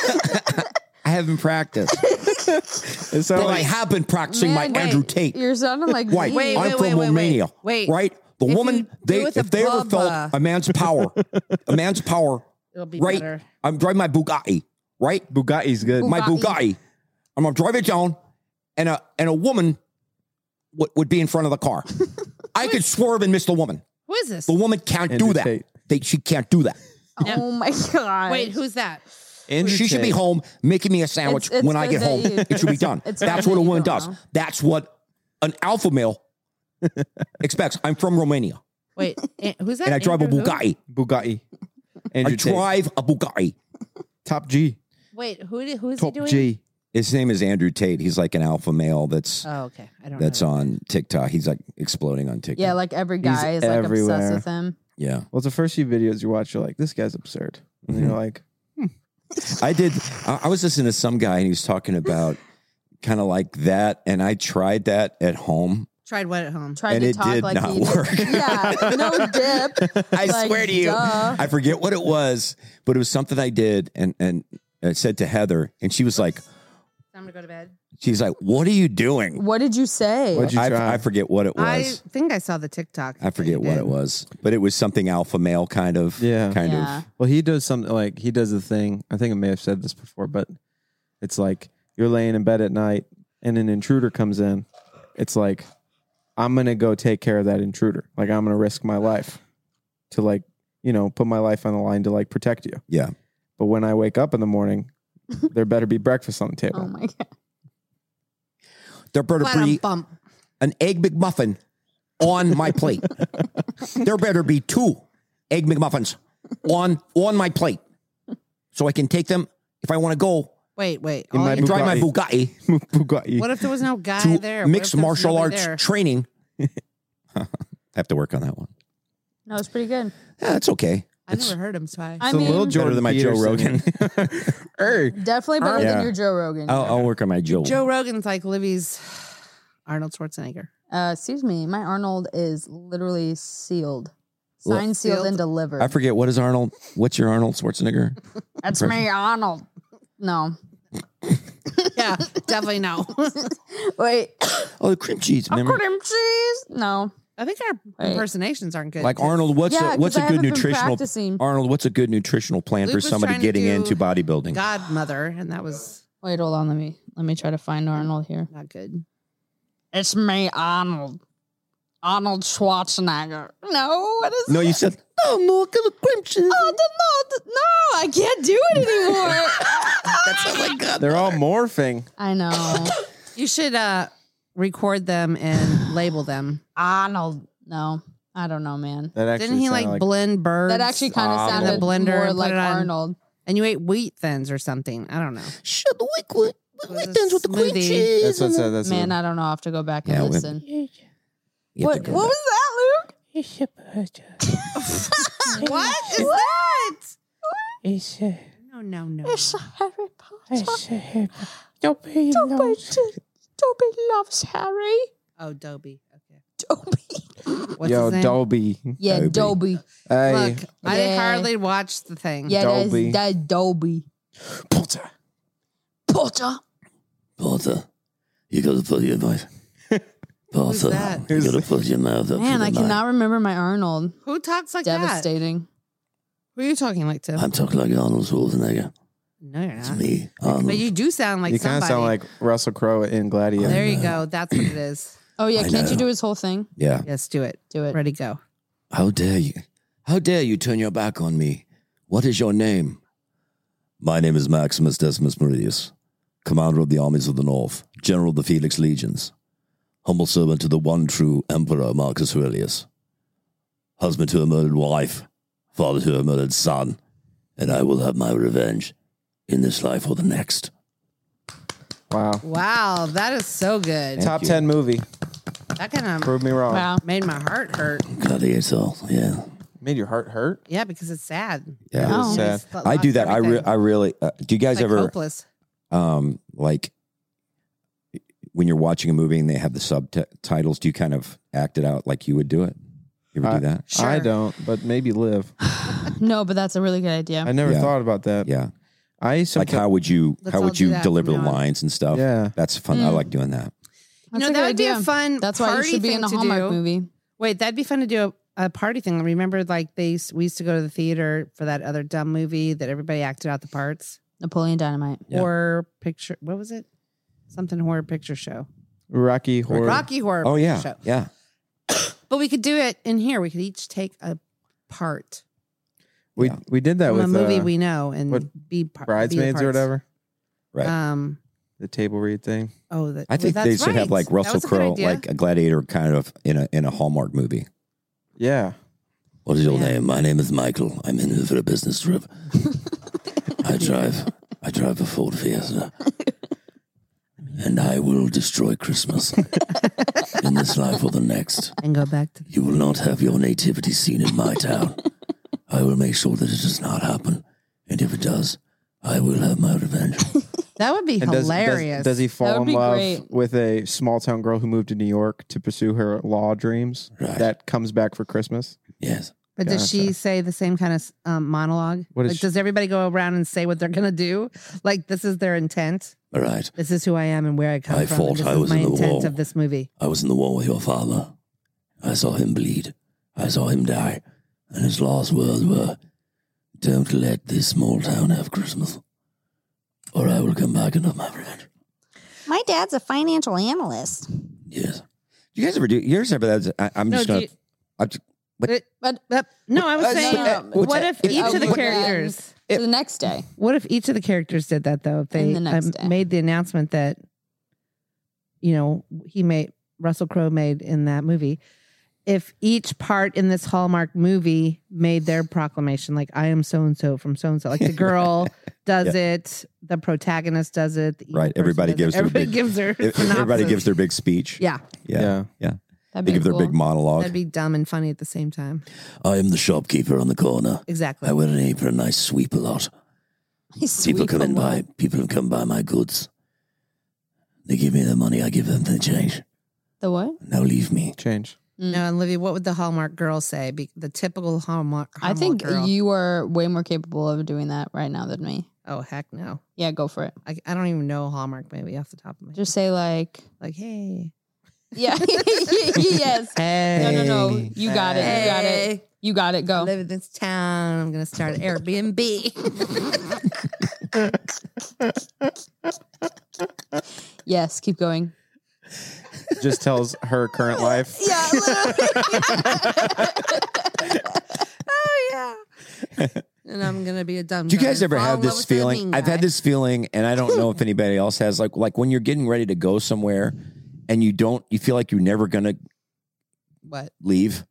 Speaker 1: I haven't
Speaker 13: [LAUGHS]
Speaker 1: practiced.
Speaker 6: it's
Speaker 1: but I have been practicing
Speaker 4: Man,
Speaker 1: my
Speaker 4: wait,
Speaker 1: Andrew Tate.
Speaker 4: You're sounding like
Speaker 1: Wait,
Speaker 4: me.
Speaker 1: I'm from Romania.
Speaker 5: wait.
Speaker 1: right? The
Speaker 5: If you
Speaker 1: woman,
Speaker 5: do
Speaker 1: they
Speaker 5: it with
Speaker 1: if
Speaker 5: a
Speaker 1: they ever
Speaker 5: bubba.
Speaker 1: felt a man's power, a man's power,
Speaker 5: It'll be
Speaker 1: right?
Speaker 5: better.
Speaker 1: I'm driving my Bugatti, right?
Speaker 6: Bugatti's good.
Speaker 1: My
Speaker 5: Bugatti.
Speaker 1: Bugatti. I'm gonna drive it down, and a and a woman would, would be in front of the
Speaker 5: [LAUGHS]
Speaker 1: car. I could swerve and miss the woman.
Speaker 5: Who is this?
Speaker 1: The woman can't
Speaker 6: Andrew
Speaker 1: do that.
Speaker 6: Tate.
Speaker 1: They, she can't do that.
Speaker 4: Oh my god!
Speaker 5: Wait, who's that?
Speaker 1: she should be home making me a sandwich
Speaker 4: It's- it's
Speaker 1: when I get
Speaker 4: good that
Speaker 1: home.
Speaker 4: you-
Speaker 5: [LAUGHS]
Speaker 1: it should be
Speaker 4: it's-
Speaker 1: done.
Speaker 4: it's
Speaker 1: That's
Speaker 4: fine
Speaker 1: what
Speaker 4: that
Speaker 1: a
Speaker 4: you
Speaker 1: woman
Speaker 4: don't
Speaker 1: does.
Speaker 4: know.
Speaker 1: That's what an alpha
Speaker 6: [LAUGHS]
Speaker 1: male expects. I'm from Romania,
Speaker 5: Wait, eh, who's that?
Speaker 1: and I drive
Speaker 5: Andrew
Speaker 1: a
Speaker 5: who?
Speaker 1: Bugatti.
Speaker 6: Bugatti.
Speaker 1: I
Speaker 6: Andrew Tate.
Speaker 1: drive a Bugatti.
Speaker 6: Top G.
Speaker 5: Wait, who? did- Who is he doing?
Speaker 1: His name is Andrew Tate. He's like an alpha male that's
Speaker 5: Oh, okay. I don't.
Speaker 1: that's
Speaker 5: know.
Speaker 1: on TikTok. He's like exploding on TikTok.
Speaker 4: Yeah, like every
Speaker 6: He's
Speaker 4: guy is like obsessed
Speaker 6: everywhere.
Speaker 4: with him.
Speaker 1: Yeah.
Speaker 6: Well, it's the first few videos you watch, you're like, this guy's absurd. And you're like,
Speaker 1: I did. I, I was listening to some guy and he was talking
Speaker 5: [LAUGHS]
Speaker 1: about kind of like that, and I tried that at home.
Speaker 5: Tried what at home?
Speaker 1: And
Speaker 4: Tried to
Speaker 1: it
Speaker 4: talk
Speaker 1: did
Speaker 4: like
Speaker 1: not
Speaker 4: he
Speaker 1: work.
Speaker 4: [LAUGHS] Yeah,
Speaker 1: [LAUGHS]
Speaker 4: no dip.
Speaker 1: I
Speaker 4: Like,
Speaker 1: swear to you,
Speaker 4: duh.
Speaker 1: I forget what it was, but it was something I did and and I said to Heather, and she was like,
Speaker 5: Time to go to bed.
Speaker 1: she's like, what are you doing?
Speaker 4: What did you say?
Speaker 1: I, I forget what it
Speaker 5: I
Speaker 1: was.
Speaker 5: think I saw the TikTok.
Speaker 1: I, forget what it was, but it was something alpha male kind of.
Speaker 6: Yeah.
Speaker 1: Kind of.
Speaker 6: Well, he does something like he does the thing. I think I may have said this before, but it's like you're laying in bed at night and an intruder comes in. It's like I'm going to go take care of that intruder. Like I'm going to risk my life to like, you know, put my life on the line to like protect you.
Speaker 1: Yeah.
Speaker 6: But when I wake up in
Speaker 5: [LAUGHS]
Speaker 6: the morning, there better be breakfast on the table.
Speaker 4: Oh my god!
Speaker 1: There better be
Speaker 5: bump.
Speaker 1: an egg McMuffin on my
Speaker 5: [LAUGHS]
Speaker 1: plate. there better be two egg McMuffins on on my plate, so I can take them if I want to go
Speaker 5: Wait, wait.
Speaker 1: and
Speaker 5: all you-
Speaker 1: drive my [LAUGHS] Bugatti.
Speaker 6: Bugatti.
Speaker 5: What if there was no guy
Speaker 1: to
Speaker 5: there? What if
Speaker 1: mixed
Speaker 5: there was
Speaker 1: martial
Speaker 5: nobody
Speaker 1: arts
Speaker 5: there?
Speaker 1: training. I have to work on that one.
Speaker 4: No, it's pretty good.
Speaker 1: Yeah, that's okay.
Speaker 5: I never heard him, so I.
Speaker 4: I mean,
Speaker 1: better than my Joe
Speaker 4: [LAUGHS]
Speaker 1: Rogan.
Speaker 4: definitely better
Speaker 1: Yeah.
Speaker 4: than your Joe Rogan.
Speaker 1: I'll, I'll work on my Joe.
Speaker 5: Joe Rogan's like Libby's [SIGHS] Arnold Schwarzenegger.
Speaker 4: Uh, excuse me, my Arnold is literally sealed,
Speaker 1: Look.
Speaker 4: signed, sealed, and delivered.
Speaker 1: I forget what is Arnold. What's your Arnold Schwarzenegger?
Speaker 4: That's me, Arnold. No,
Speaker 5: yeah,
Speaker 10: [LAUGHS]
Speaker 5: definitely no.
Speaker 4: wait,
Speaker 1: Oh, the cream cheese.
Speaker 4: I
Speaker 1: Remember?
Speaker 4: put him cheese. No,
Speaker 5: I think our
Speaker 4: Wait.
Speaker 5: impersonations aren't good.
Speaker 1: Like Arnold, what's
Speaker 4: Yeah,
Speaker 1: a what's
Speaker 4: 'cause
Speaker 1: a
Speaker 4: I
Speaker 1: good
Speaker 4: haven't been
Speaker 1: nutritional
Speaker 4: practicing.
Speaker 1: Arnold? What's a good nutritional plan
Speaker 5: Luke
Speaker 1: for
Speaker 5: was
Speaker 1: somebody
Speaker 5: trying to
Speaker 1: getting
Speaker 5: do
Speaker 1: into bodybuilding?
Speaker 5: Godmother, and that was
Speaker 4: wait, hold on, let me.
Speaker 10: Let me try to find Arnold here.
Speaker 5: Not good.
Speaker 4: It's me, Arnold. Arnold Schwarzenegger.
Speaker 10: No, what is
Speaker 13: No, you said
Speaker 10: Oh, more of a cream cheese. Oh, the, no, the, no, I can't do it anymore.
Speaker 1: [LAUGHS]
Speaker 6: They're all morphing.
Speaker 10: I know.
Speaker 5: you should uh record them and label them.
Speaker 10: Arnold. No, I don't know, man.
Speaker 6: That actually
Speaker 5: Didn't he like,
Speaker 6: sounded like-
Speaker 5: blend birds?
Speaker 10: That actually kinda
Speaker 5: in
Speaker 10: sounded
Speaker 5: the blender
Speaker 10: more
Speaker 5: and put
Speaker 10: like
Speaker 5: it on-
Speaker 10: Arnold.
Speaker 5: And you ate wheat thins or something. I don't know.
Speaker 10: Shut the wick with with the cream
Speaker 5: cheese
Speaker 6: That's what it said, that's what
Speaker 10: man,
Speaker 6: it-
Speaker 10: I don't know. I have to go back
Speaker 6: Yeah,
Speaker 10: and
Speaker 6: we-
Speaker 10: listen.
Speaker 6: You
Speaker 10: What,
Speaker 6: have
Speaker 10: what
Speaker 6: to go
Speaker 10: was that, Luke? [LAUGHS]
Speaker 5: what is that? It's a, no, Oh, no, no. It's a Harry Potter. It's a Harry Potter. Dobby, loves. Dobby loves Harry. Oh, Dobby. Okay. Dobby. What's
Speaker 6: Yo,
Speaker 5: his name?
Speaker 6: Dolby.
Speaker 5: Yeah,
Speaker 10: Dobby.
Speaker 6: Hey.
Speaker 5: Look, I
Speaker 10: Yeah.
Speaker 5: hardly watched the thing.
Speaker 10: Yeah,
Speaker 6: Dolby.
Speaker 10: that's that Dolby.
Speaker 13: Potter.
Speaker 10: Potter.
Speaker 12: Potter, you gotta put
Speaker 4: [LAUGHS]
Speaker 12: your mouth. Potter, you gotta put your mouth up.
Speaker 10: Man,
Speaker 12: to the
Speaker 10: I
Speaker 12: mic.
Speaker 10: cannot remember my Arnold.
Speaker 5: Who talks like
Speaker 10: Devastating.
Speaker 5: that? Who are you talking like to?
Speaker 12: I'm talking like Arnold Schwarzenegger.
Speaker 5: No, you're not.
Speaker 12: Me, Arnold.
Speaker 5: But you do sound like
Speaker 6: you
Speaker 5: somebody.
Speaker 6: kind of sound like Russell Crowe in Gladiator.
Speaker 5: there you go. That's what it is.
Speaker 10: [CLEARS THROAT] Oh yeah,
Speaker 12: I
Speaker 10: can't you
Speaker 12: know.
Speaker 10: do his whole thing?
Speaker 12: Yeah.
Speaker 5: Yes, do it.
Speaker 10: Do it.
Speaker 5: Ready, go.
Speaker 12: How dare you? How dare you turn your back on me? What is your name? My name is Maximus Decimus Meridius, commander of the armies of the north, general of the Felix legions, humble servant to the one true emperor Marcus Aurelius, husband to a murdered wife, father to a murdered son, and I will have my revenge in this life or the next.
Speaker 6: Wow.
Speaker 5: Wow, that is so good.
Speaker 6: Top 10 movie.
Speaker 5: That kind of
Speaker 6: Prove me wrong.
Speaker 5: Wow. Made my heart hurt.
Speaker 12: Gladiator, yeah.
Speaker 6: Made your heart hurt?
Speaker 5: Yeah, because it's sad.
Speaker 12: Yeah,
Speaker 4: Oh.
Speaker 5: Wow.
Speaker 12: It's, uh,
Speaker 5: Lost
Speaker 12: I do that. I re-
Speaker 5: everything.
Speaker 12: I really uh, do. You guys
Speaker 5: Like
Speaker 12: ever
Speaker 5: hopeless.
Speaker 12: um like when you're watching a movie and they have the subtitles? Do you kind of act it out like you would do it? You ever
Speaker 6: I,
Speaker 12: do that?
Speaker 6: I don't, but maybe live.
Speaker 10: No, but that's a really good idea.
Speaker 6: I never
Speaker 12: Yeah.
Speaker 6: thought about that.
Speaker 12: Yeah.
Speaker 6: I
Speaker 12: Like how would you
Speaker 10: Let's
Speaker 12: how
Speaker 10: all
Speaker 12: would
Speaker 10: do
Speaker 12: you
Speaker 10: that
Speaker 12: deliver the
Speaker 10: from now on.
Speaker 12: lines and stuff?
Speaker 6: Yeah,
Speaker 12: that's fun. I
Speaker 5: Mm.
Speaker 12: like doing that.
Speaker 10: That's
Speaker 5: You know,
Speaker 10: a
Speaker 5: that
Speaker 10: good
Speaker 5: would be a
Speaker 10: idea.
Speaker 5: fun.
Speaker 10: That's why you
Speaker 5: party
Speaker 10: should be in
Speaker 5: thing
Speaker 10: a
Speaker 5: to
Speaker 10: Hallmark
Speaker 5: do.
Speaker 10: movie.
Speaker 5: Wait, that'd be fun to do a, a party thing. Remember, like they s- we used to go to the theater for that other dumb movie that everybody acted out the parts.
Speaker 10: Napoleon Dynamite.
Speaker 5: Horror picture. What was it? Something horror picture show.
Speaker 6: Rocky Horror.
Speaker 5: Rocky Horror
Speaker 6: Oh, yeah.
Speaker 5: Show.
Speaker 12: Yeah.
Speaker 5: But we could do it in here. We could each take a part
Speaker 6: We we did that
Speaker 5: from
Speaker 6: with
Speaker 5: a movie
Speaker 6: uh,
Speaker 5: we know and
Speaker 6: what,
Speaker 5: be par- be the
Speaker 6: Bridesmaids or
Speaker 5: parts.
Speaker 6: whatever.
Speaker 12: Right.
Speaker 5: Um.
Speaker 6: The table read thing.
Speaker 5: Oh, that,
Speaker 12: I think
Speaker 5: well,
Speaker 12: they
Speaker 5: that's
Speaker 12: should have
Speaker 5: right.
Speaker 12: like Russell
Speaker 5: That was a good
Speaker 12: Crowe,
Speaker 5: idea.
Speaker 12: like a gladiator, kind of in a in a Hallmark movie.
Speaker 6: Yeah.
Speaker 12: What is your name? My name is Michael. I'm in here for a business trip. I drive I drive a Ford Fiesta. And I will destroy Christmas in this life or the next.
Speaker 5: and go back to
Speaker 12: You will not have your nativity seen in my town. I will make sure that it does not happen. And if it does, I will have my revenge.
Speaker 5: that would be
Speaker 6: And does,
Speaker 5: hilarious.
Speaker 6: does, does he
Speaker 5: That
Speaker 6: fall
Speaker 5: would
Speaker 6: in
Speaker 5: be
Speaker 6: love
Speaker 5: great.
Speaker 6: with a small town girl who moved to New York to pursue her law dreams that comes back for Christmas?
Speaker 12: Yes.
Speaker 5: But does [LAUGHS] she say the same kind of um, monologue?
Speaker 6: What is
Speaker 5: like,
Speaker 6: she-
Speaker 5: does everybody go around and say what they're going to do? Like, this is their intent.
Speaker 12: All right.
Speaker 5: This is who I am and where I come
Speaker 12: I
Speaker 5: from.
Speaker 12: thought
Speaker 5: and this
Speaker 12: I
Speaker 5: is
Speaker 12: was
Speaker 5: my
Speaker 12: in the
Speaker 5: intent
Speaker 12: war.
Speaker 5: of this movie.
Speaker 12: I was in the war with your father. I saw him bleed. I saw him die. And his last words were, Don't let this small town have Christmas, or I will come back and have my revenge.
Speaker 2: My dad's a financial analyst.
Speaker 12: Yes. You guys ever do? You guys ever that? I, I'm
Speaker 2: No,
Speaker 12: just
Speaker 2: do
Speaker 12: gonna.
Speaker 2: you-
Speaker 12: I'm just, but
Speaker 5: But, but- no, I was
Speaker 10: Uh,
Speaker 5: saying,
Speaker 10: no, no, no.
Speaker 5: what if
Speaker 10: It's
Speaker 5: each of
Speaker 10: over
Speaker 5: the
Speaker 10: with.
Speaker 5: characters?
Speaker 10: To the next day.
Speaker 5: What if each of the characters did that though? If they
Speaker 10: And the next
Speaker 5: um,
Speaker 10: day.
Speaker 5: made the announcement that, you know, he made Russell Crowe made in that movie. If each part in this Hallmark movie made their proclamation, like I am so and so from so and so,
Speaker 12: [LAUGHS]
Speaker 5: like the girl does
Speaker 12: Yeah.
Speaker 5: it, the protagonist does it, the evil
Speaker 12: right.
Speaker 5: person
Speaker 12: Everybody
Speaker 5: does it,
Speaker 12: gives
Speaker 5: everybody
Speaker 12: their big,
Speaker 1: [LAUGHS]
Speaker 5: gives their
Speaker 12: e- everybody
Speaker 5: synopsis.
Speaker 12: gives their big speech.
Speaker 5: yeah.
Speaker 12: Yeah. Yeah.
Speaker 5: That'd
Speaker 12: they
Speaker 5: be
Speaker 12: give
Speaker 5: cool.
Speaker 12: their big monolog
Speaker 5: That'd be dumb and funny at the same time.
Speaker 12: I am the shopkeeper on the corner.
Speaker 5: Exactly.
Speaker 12: I wear an apron and I sweep a lot. people come and buy. People have come buy my goods. They give me their money. I give them the change.
Speaker 10: The what? Mm.
Speaker 12: Now leave me.
Speaker 6: Change.
Speaker 5: No, and Livy, what would the Hallmark girl say? Be- the typical Hallmark.
Speaker 10: I think
Speaker 5: Hallmark girl.
Speaker 10: you are way more capable of doing that right now than me.
Speaker 5: Oh heck no!
Speaker 10: Yeah, go for it.
Speaker 5: I, I don't even know a Hallmark movie off the top of my.
Speaker 10: Just say like
Speaker 5: like hey.
Speaker 2: [LAUGHS]
Speaker 10: Yeah.
Speaker 5: [LAUGHS]
Speaker 10: yes. No, no, no. You got it. You got
Speaker 5: Hey.
Speaker 10: it. You got it. Go.
Speaker 5: I live in this town. I'm gonna start
Speaker 1: [LAUGHS]
Speaker 5: an Airbnb.
Speaker 4: Yes, keep going.
Speaker 6: Just tells her
Speaker 5: [LAUGHS]
Speaker 6: current life.
Speaker 4: Yeah.
Speaker 6: [LAUGHS]
Speaker 5: oh yeah. and I'm gonna be a dumb.
Speaker 1: Do you guys
Speaker 5: dumb
Speaker 1: ever
Speaker 5: and fall
Speaker 1: have
Speaker 5: in love
Speaker 1: this
Speaker 5: with that
Speaker 1: feeling?
Speaker 5: mean
Speaker 1: I've had
Speaker 5: guy.
Speaker 1: this feeling, and I don't know if anybody else has. Like, like when you're getting ready to go somewhere, and you don't, you feel like you're never gonna
Speaker 5: What?
Speaker 1: leave.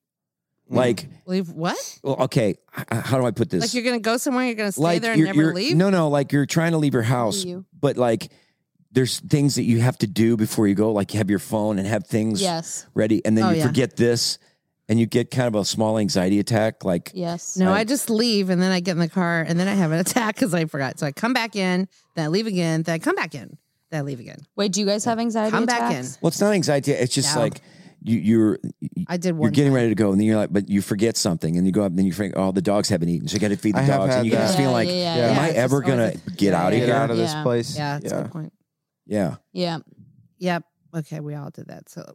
Speaker 1: Like,
Speaker 5: Leave what?
Speaker 1: well, okay, h- how do I put this?
Speaker 5: Like you're gonna go somewhere, you're gonna stay there and
Speaker 1: you're-
Speaker 5: never
Speaker 1: you're-
Speaker 5: leave?
Speaker 1: No, no, like you're trying to leave your house,
Speaker 5: you.
Speaker 1: but like there's things that you have to do before you go. Like you have your phone and have things
Speaker 4: Yes.
Speaker 1: ready, and then
Speaker 5: Oh,
Speaker 1: you
Speaker 5: yeah.
Speaker 1: forget this, and you get kind of a small anxiety attack. Like
Speaker 4: Yes.
Speaker 5: No, I, just leave and then I get in the car and then I have an attack because I forgot. So I come back in, then I leave again, then I come back in, then I leave again.
Speaker 4: Wait, do you guys have anxiety
Speaker 5: Come back
Speaker 4: attacks?
Speaker 1: Well, it's not anxiety. It's just
Speaker 5: No.
Speaker 1: like you, you're.
Speaker 5: I did
Speaker 1: You're
Speaker 5: one.
Speaker 1: getting ready to go, and then you're like, but you forget something, and you go up, and then you think, oh, the dogs haven't eaten, so you got to feed the
Speaker 6: I have
Speaker 1: dogs,
Speaker 6: had
Speaker 1: and you
Speaker 6: that.
Speaker 1: just
Speaker 6: Yeah,
Speaker 1: feel like,
Speaker 6: yeah, yeah, yeah.
Speaker 1: am
Speaker 6: Yeah,
Speaker 1: I
Speaker 6: it's
Speaker 1: ever
Speaker 6: just always
Speaker 1: gonna get out of
Speaker 6: Get
Speaker 1: here?
Speaker 6: out of this
Speaker 4: Yeah.
Speaker 6: place.
Speaker 5: Yeah, that's a good point.
Speaker 1: Yeah.
Speaker 4: Yeah.
Speaker 5: Yep. Okay, we all did that. So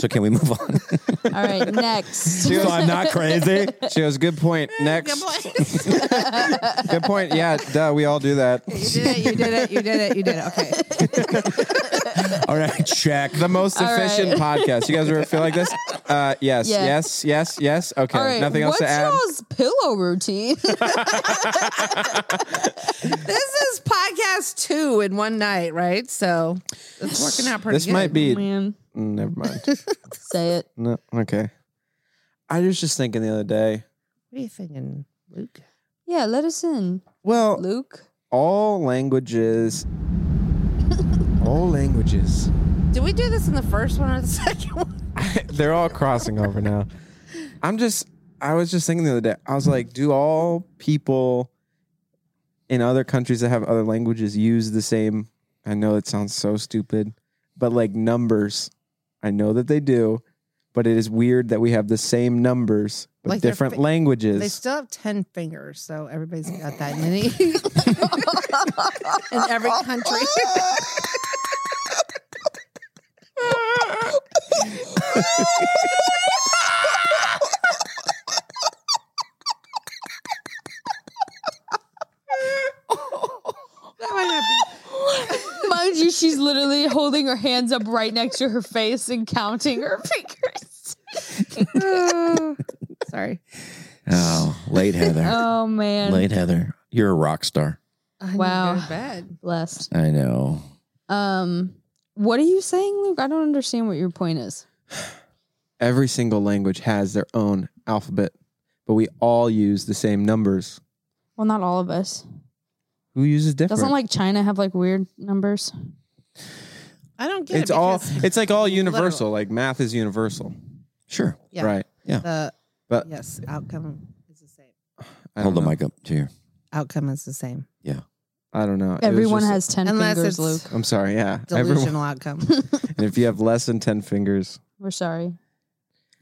Speaker 1: So can we move on? [LAUGHS]
Speaker 4: All right, next.
Speaker 6: She was-
Speaker 4: [LAUGHS]
Speaker 1: crazy.
Speaker 6: She was
Speaker 5: [LAUGHS]
Speaker 6: good point. Next. Good point. Yeah, duh, we all do that.
Speaker 5: [LAUGHS] you did it, you did it, you did it, you did it. Okay.
Speaker 1: [LAUGHS] All right, check.
Speaker 6: The most
Speaker 5: All right.
Speaker 6: efficient podcast. You guys ever feel like this? Uh, yes,
Speaker 4: Yeah.
Speaker 6: yes, yes, yes. Okay,
Speaker 4: All right,
Speaker 6: nothing else
Speaker 4: what's
Speaker 6: to add.
Speaker 4: y'all's pillow routine?
Speaker 5: this is podcast two in one night, right? So it's working out pretty
Speaker 6: This
Speaker 5: good.
Speaker 6: might be.
Speaker 5: [LAUGHS]
Speaker 6: Mm, Never
Speaker 4: [LAUGHS]
Speaker 6: mind.
Speaker 4: Oh, Say it.
Speaker 6: No, okay. I was just thinking the other day.
Speaker 5: What are you thinking, Luke?
Speaker 4: Yeah, let us in.
Speaker 6: Well,
Speaker 4: Luke,
Speaker 6: All languages. all languages.
Speaker 5: Did we do this in the first one or the [LAUGHS] second one?
Speaker 6: They're all crossing over now. I'm just. I was just thinking the other day. I was like, do all people in other countries that have other languages use the same? I know it sounds so stupid, but like numbers, I know that they do. But it is weird that we have the same numbers but
Speaker 5: Like they're
Speaker 6: different
Speaker 5: fi-
Speaker 6: languages.
Speaker 5: They still have 10 fingers, so everybody's got that many [LAUGHS] in every
Speaker 4: [LAUGHS]
Speaker 5: country.
Speaker 10: [LAUGHS]
Speaker 4: mind you, she's literally holding her hands up right next to her face and
Speaker 10: [LAUGHS]
Speaker 4: counting her fingers.
Speaker 5: [LAUGHS] Sorry.
Speaker 1: Oh, late
Speaker 5: [LAUGHS]
Speaker 1: Heather.
Speaker 4: Oh man.
Speaker 1: Late Heather. You're a rock star.
Speaker 4: Wow.
Speaker 5: Bad.
Speaker 4: Blessed.
Speaker 1: I know.
Speaker 4: Um, what are you saying, Luke? I don't understand what your point is.
Speaker 6: every single language has their own alphabet, but we all use the same numbers.
Speaker 4: Well, not all of us.
Speaker 6: Who uses different?
Speaker 4: Doesn't like China have like weird numbers?
Speaker 5: I don't get
Speaker 6: it's
Speaker 5: it.
Speaker 6: all
Speaker 5: because- [LAUGHS]
Speaker 6: it's like all universal.
Speaker 5: Literal.
Speaker 6: Like math is universal.
Speaker 1: Sure.
Speaker 5: Yeah.
Speaker 6: Right.
Speaker 5: The,
Speaker 6: But-
Speaker 5: yes, outcome is the same.
Speaker 6: I
Speaker 1: Hold
Speaker 6: don't
Speaker 1: the
Speaker 6: know.
Speaker 1: mic up to you.
Speaker 5: Outcome is the same.
Speaker 1: Yeah.
Speaker 6: I don't know. It was
Speaker 4: Everyone
Speaker 6: just-
Speaker 4: has ten
Speaker 5: Unless
Speaker 4: fingers, Luke.
Speaker 5: it's
Speaker 6: I'm sorry. Yeah.
Speaker 5: delusional outcome.
Speaker 6: and if you have less than ten fingers,
Speaker 4: [LAUGHS] We're sorry.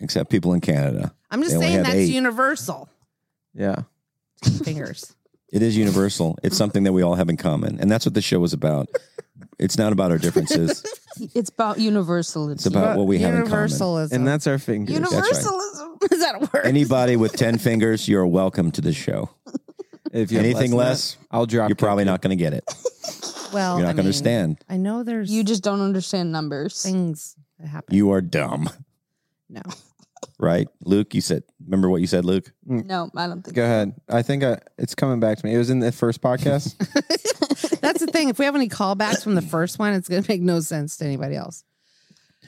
Speaker 1: Except people in Canada.
Speaker 5: I'm
Speaker 1: They
Speaker 5: just
Speaker 1: only
Speaker 5: saying
Speaker 1: have
Speaker 5: that's
Speaker 1: eight.
Speaker 5: universal.
Speaker 6: yeah.
Speaker 5: [LAUGHS] Fingers.
Speaker 1: It is universal. It's something that we all have in common. And that's what the show is about. It's not about our
Speaker 6: [LAUGHS]
Speaker 1: differences.
Speaker 4: It's about universalism.
Speaker 1: It's about what we have in common.
Speaker 5: Universalism.
Speaker 6: And that's our fingers.
Speaker 1: That's right.
Speaker 5: Universalism. [LAUGHS] Is that a word?
Speaker 1: Anybody with 10 fingers, you're welcome to the show.
Speaker 6: If you have
Speaker 1: Anything
Speaker 6: less,
Speaker 1: less,
Speaker 6: than that, I'll drop.
Speaker 1: you're probably not going to get it.
Speaker 5: well,
Speaker 1: You're not
Speaker 5: I
Speaker 1: going to
Speaker 5: mean,
Speaker 1: understand.
Speaker 5: I know there's
Speaker 4: You just don't understand numbers.
Speaker 5: things that happen.
Speaker 1: You are dumb,
Speaker 5: No.
Speaker 1: right? Luke, you said, remember what you said, Luke?
Speaker 4: No, I don't think.
Speaker 6: Mm. Go ahead. I think I, it's coming back to me. It was in the first podcast.
Speaker 5: [LAUGHS] [LAUGHS] That's the thing. If we have any callbacks from the first one, it's going to make no sense to anybody else.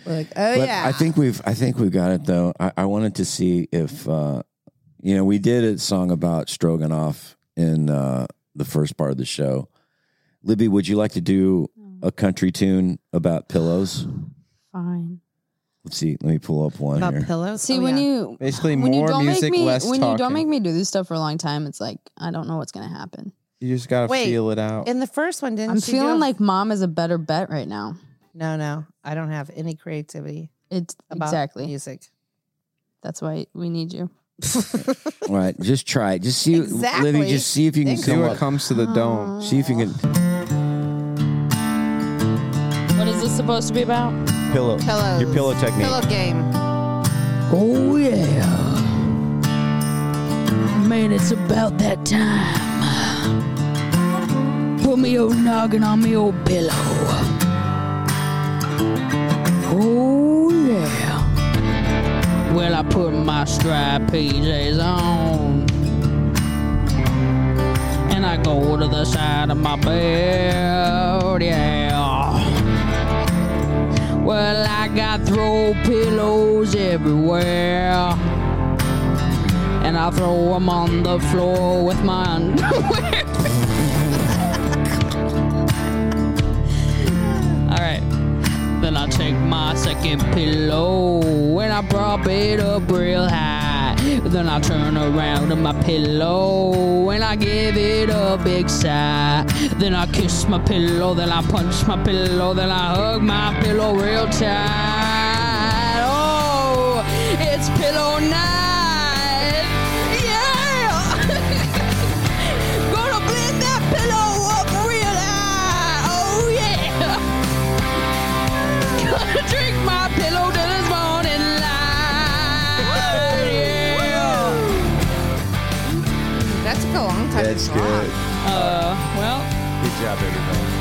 Speaker 5: We're like, oh,
Speaker 1: but
Speaker 5: yeah.
Speaker 1: I think we've I think we've got it though. I, I wanted to see if uh you know, we did a song about Stroganoff in uh the first part of the show. Libby, would you like to do a country tune about pillows?
Speaker 4: Fine.
Speaker 1: Let's see, let me pull up one
Speaker 5: About
Speaker 1: here.
Speaker 5: pillows?
Speaker 4: See
Speaker 5: Oh,
Speaker 4: when
Speaker 5: yeah.
Speaker 4: you
Speaker 6: Basically,
Speaker 4: when you
Speaker 6: more
Speaker 4: don't
Speaker 6: music,
Speaker 4: make me
Speaker 6: less
Speaker 4: when
Speaker 6: talking.
Speaker 4: you don't make me do this stuff for a long time, it's like I don't know what's gonna happen.
Speaker 6: You just gotta
Speaker 5: Wait.
Speaker 6: feel it out.
Speaker 5: In the first one, didn't
Speaker 4: I'm
Speaker 5: she do
Speaker 4: feeling
Speaker 5: a-
Speaker 4: like mom is a better bet right now.
Speaker 5: No, no. I don't have any creativity
Speaker 4: It's
Speaker 5: about
Speaker 4: exactly
Speaker 5: music.
Speaker 4: that's why we need you.
Speaker 1: All right, just try it. Just see
Speaker 5: Exactly.
Speaker 1: Libby, just see if you can
Speaker 6: See
Speaker 1: come
Speaker 6: what
Speaker 1: up.
Speaker 6: comes to the dome.
Speaker 1: See if you can
Speaker 4: [LAUGHS] What is this supposed to be about?
Speaker 1: pillow
Speaker 5: Pillows.
Speaker 1: your pillow technique.
Speaker 5: Pillow game.
Speaker 7: Oh, yeah.
Speaker 10: Man, it's about that time. Put me old noggin on me old pillow. Oh, yeah. Well, I put my striped PJs on. And I go to the side of my bed, yeah. Well, I got throw pillows everywhere. And I throw them on the floor with my [LAUGHS] underwear. All right. Then I take my second pillow and I prop it up real high. Then I turn around to my pillow and I give it a big sigh. Then I kiss my pillow, then I punch my pillow, then I hug my pillow real tight. Oh, it's pillow night. Yeah. [LAUGHS] Gonna blend that pillow up real high. Oh, yeah. [LAUGHS] Gonna drink my pillow till it's morning light. Yeah.
Speaker 16: That took a long time.
Speaker 10: That's good.
Speaker 1: Uh,
Speaker 10: well,
Speaker 1: Good job, everybody.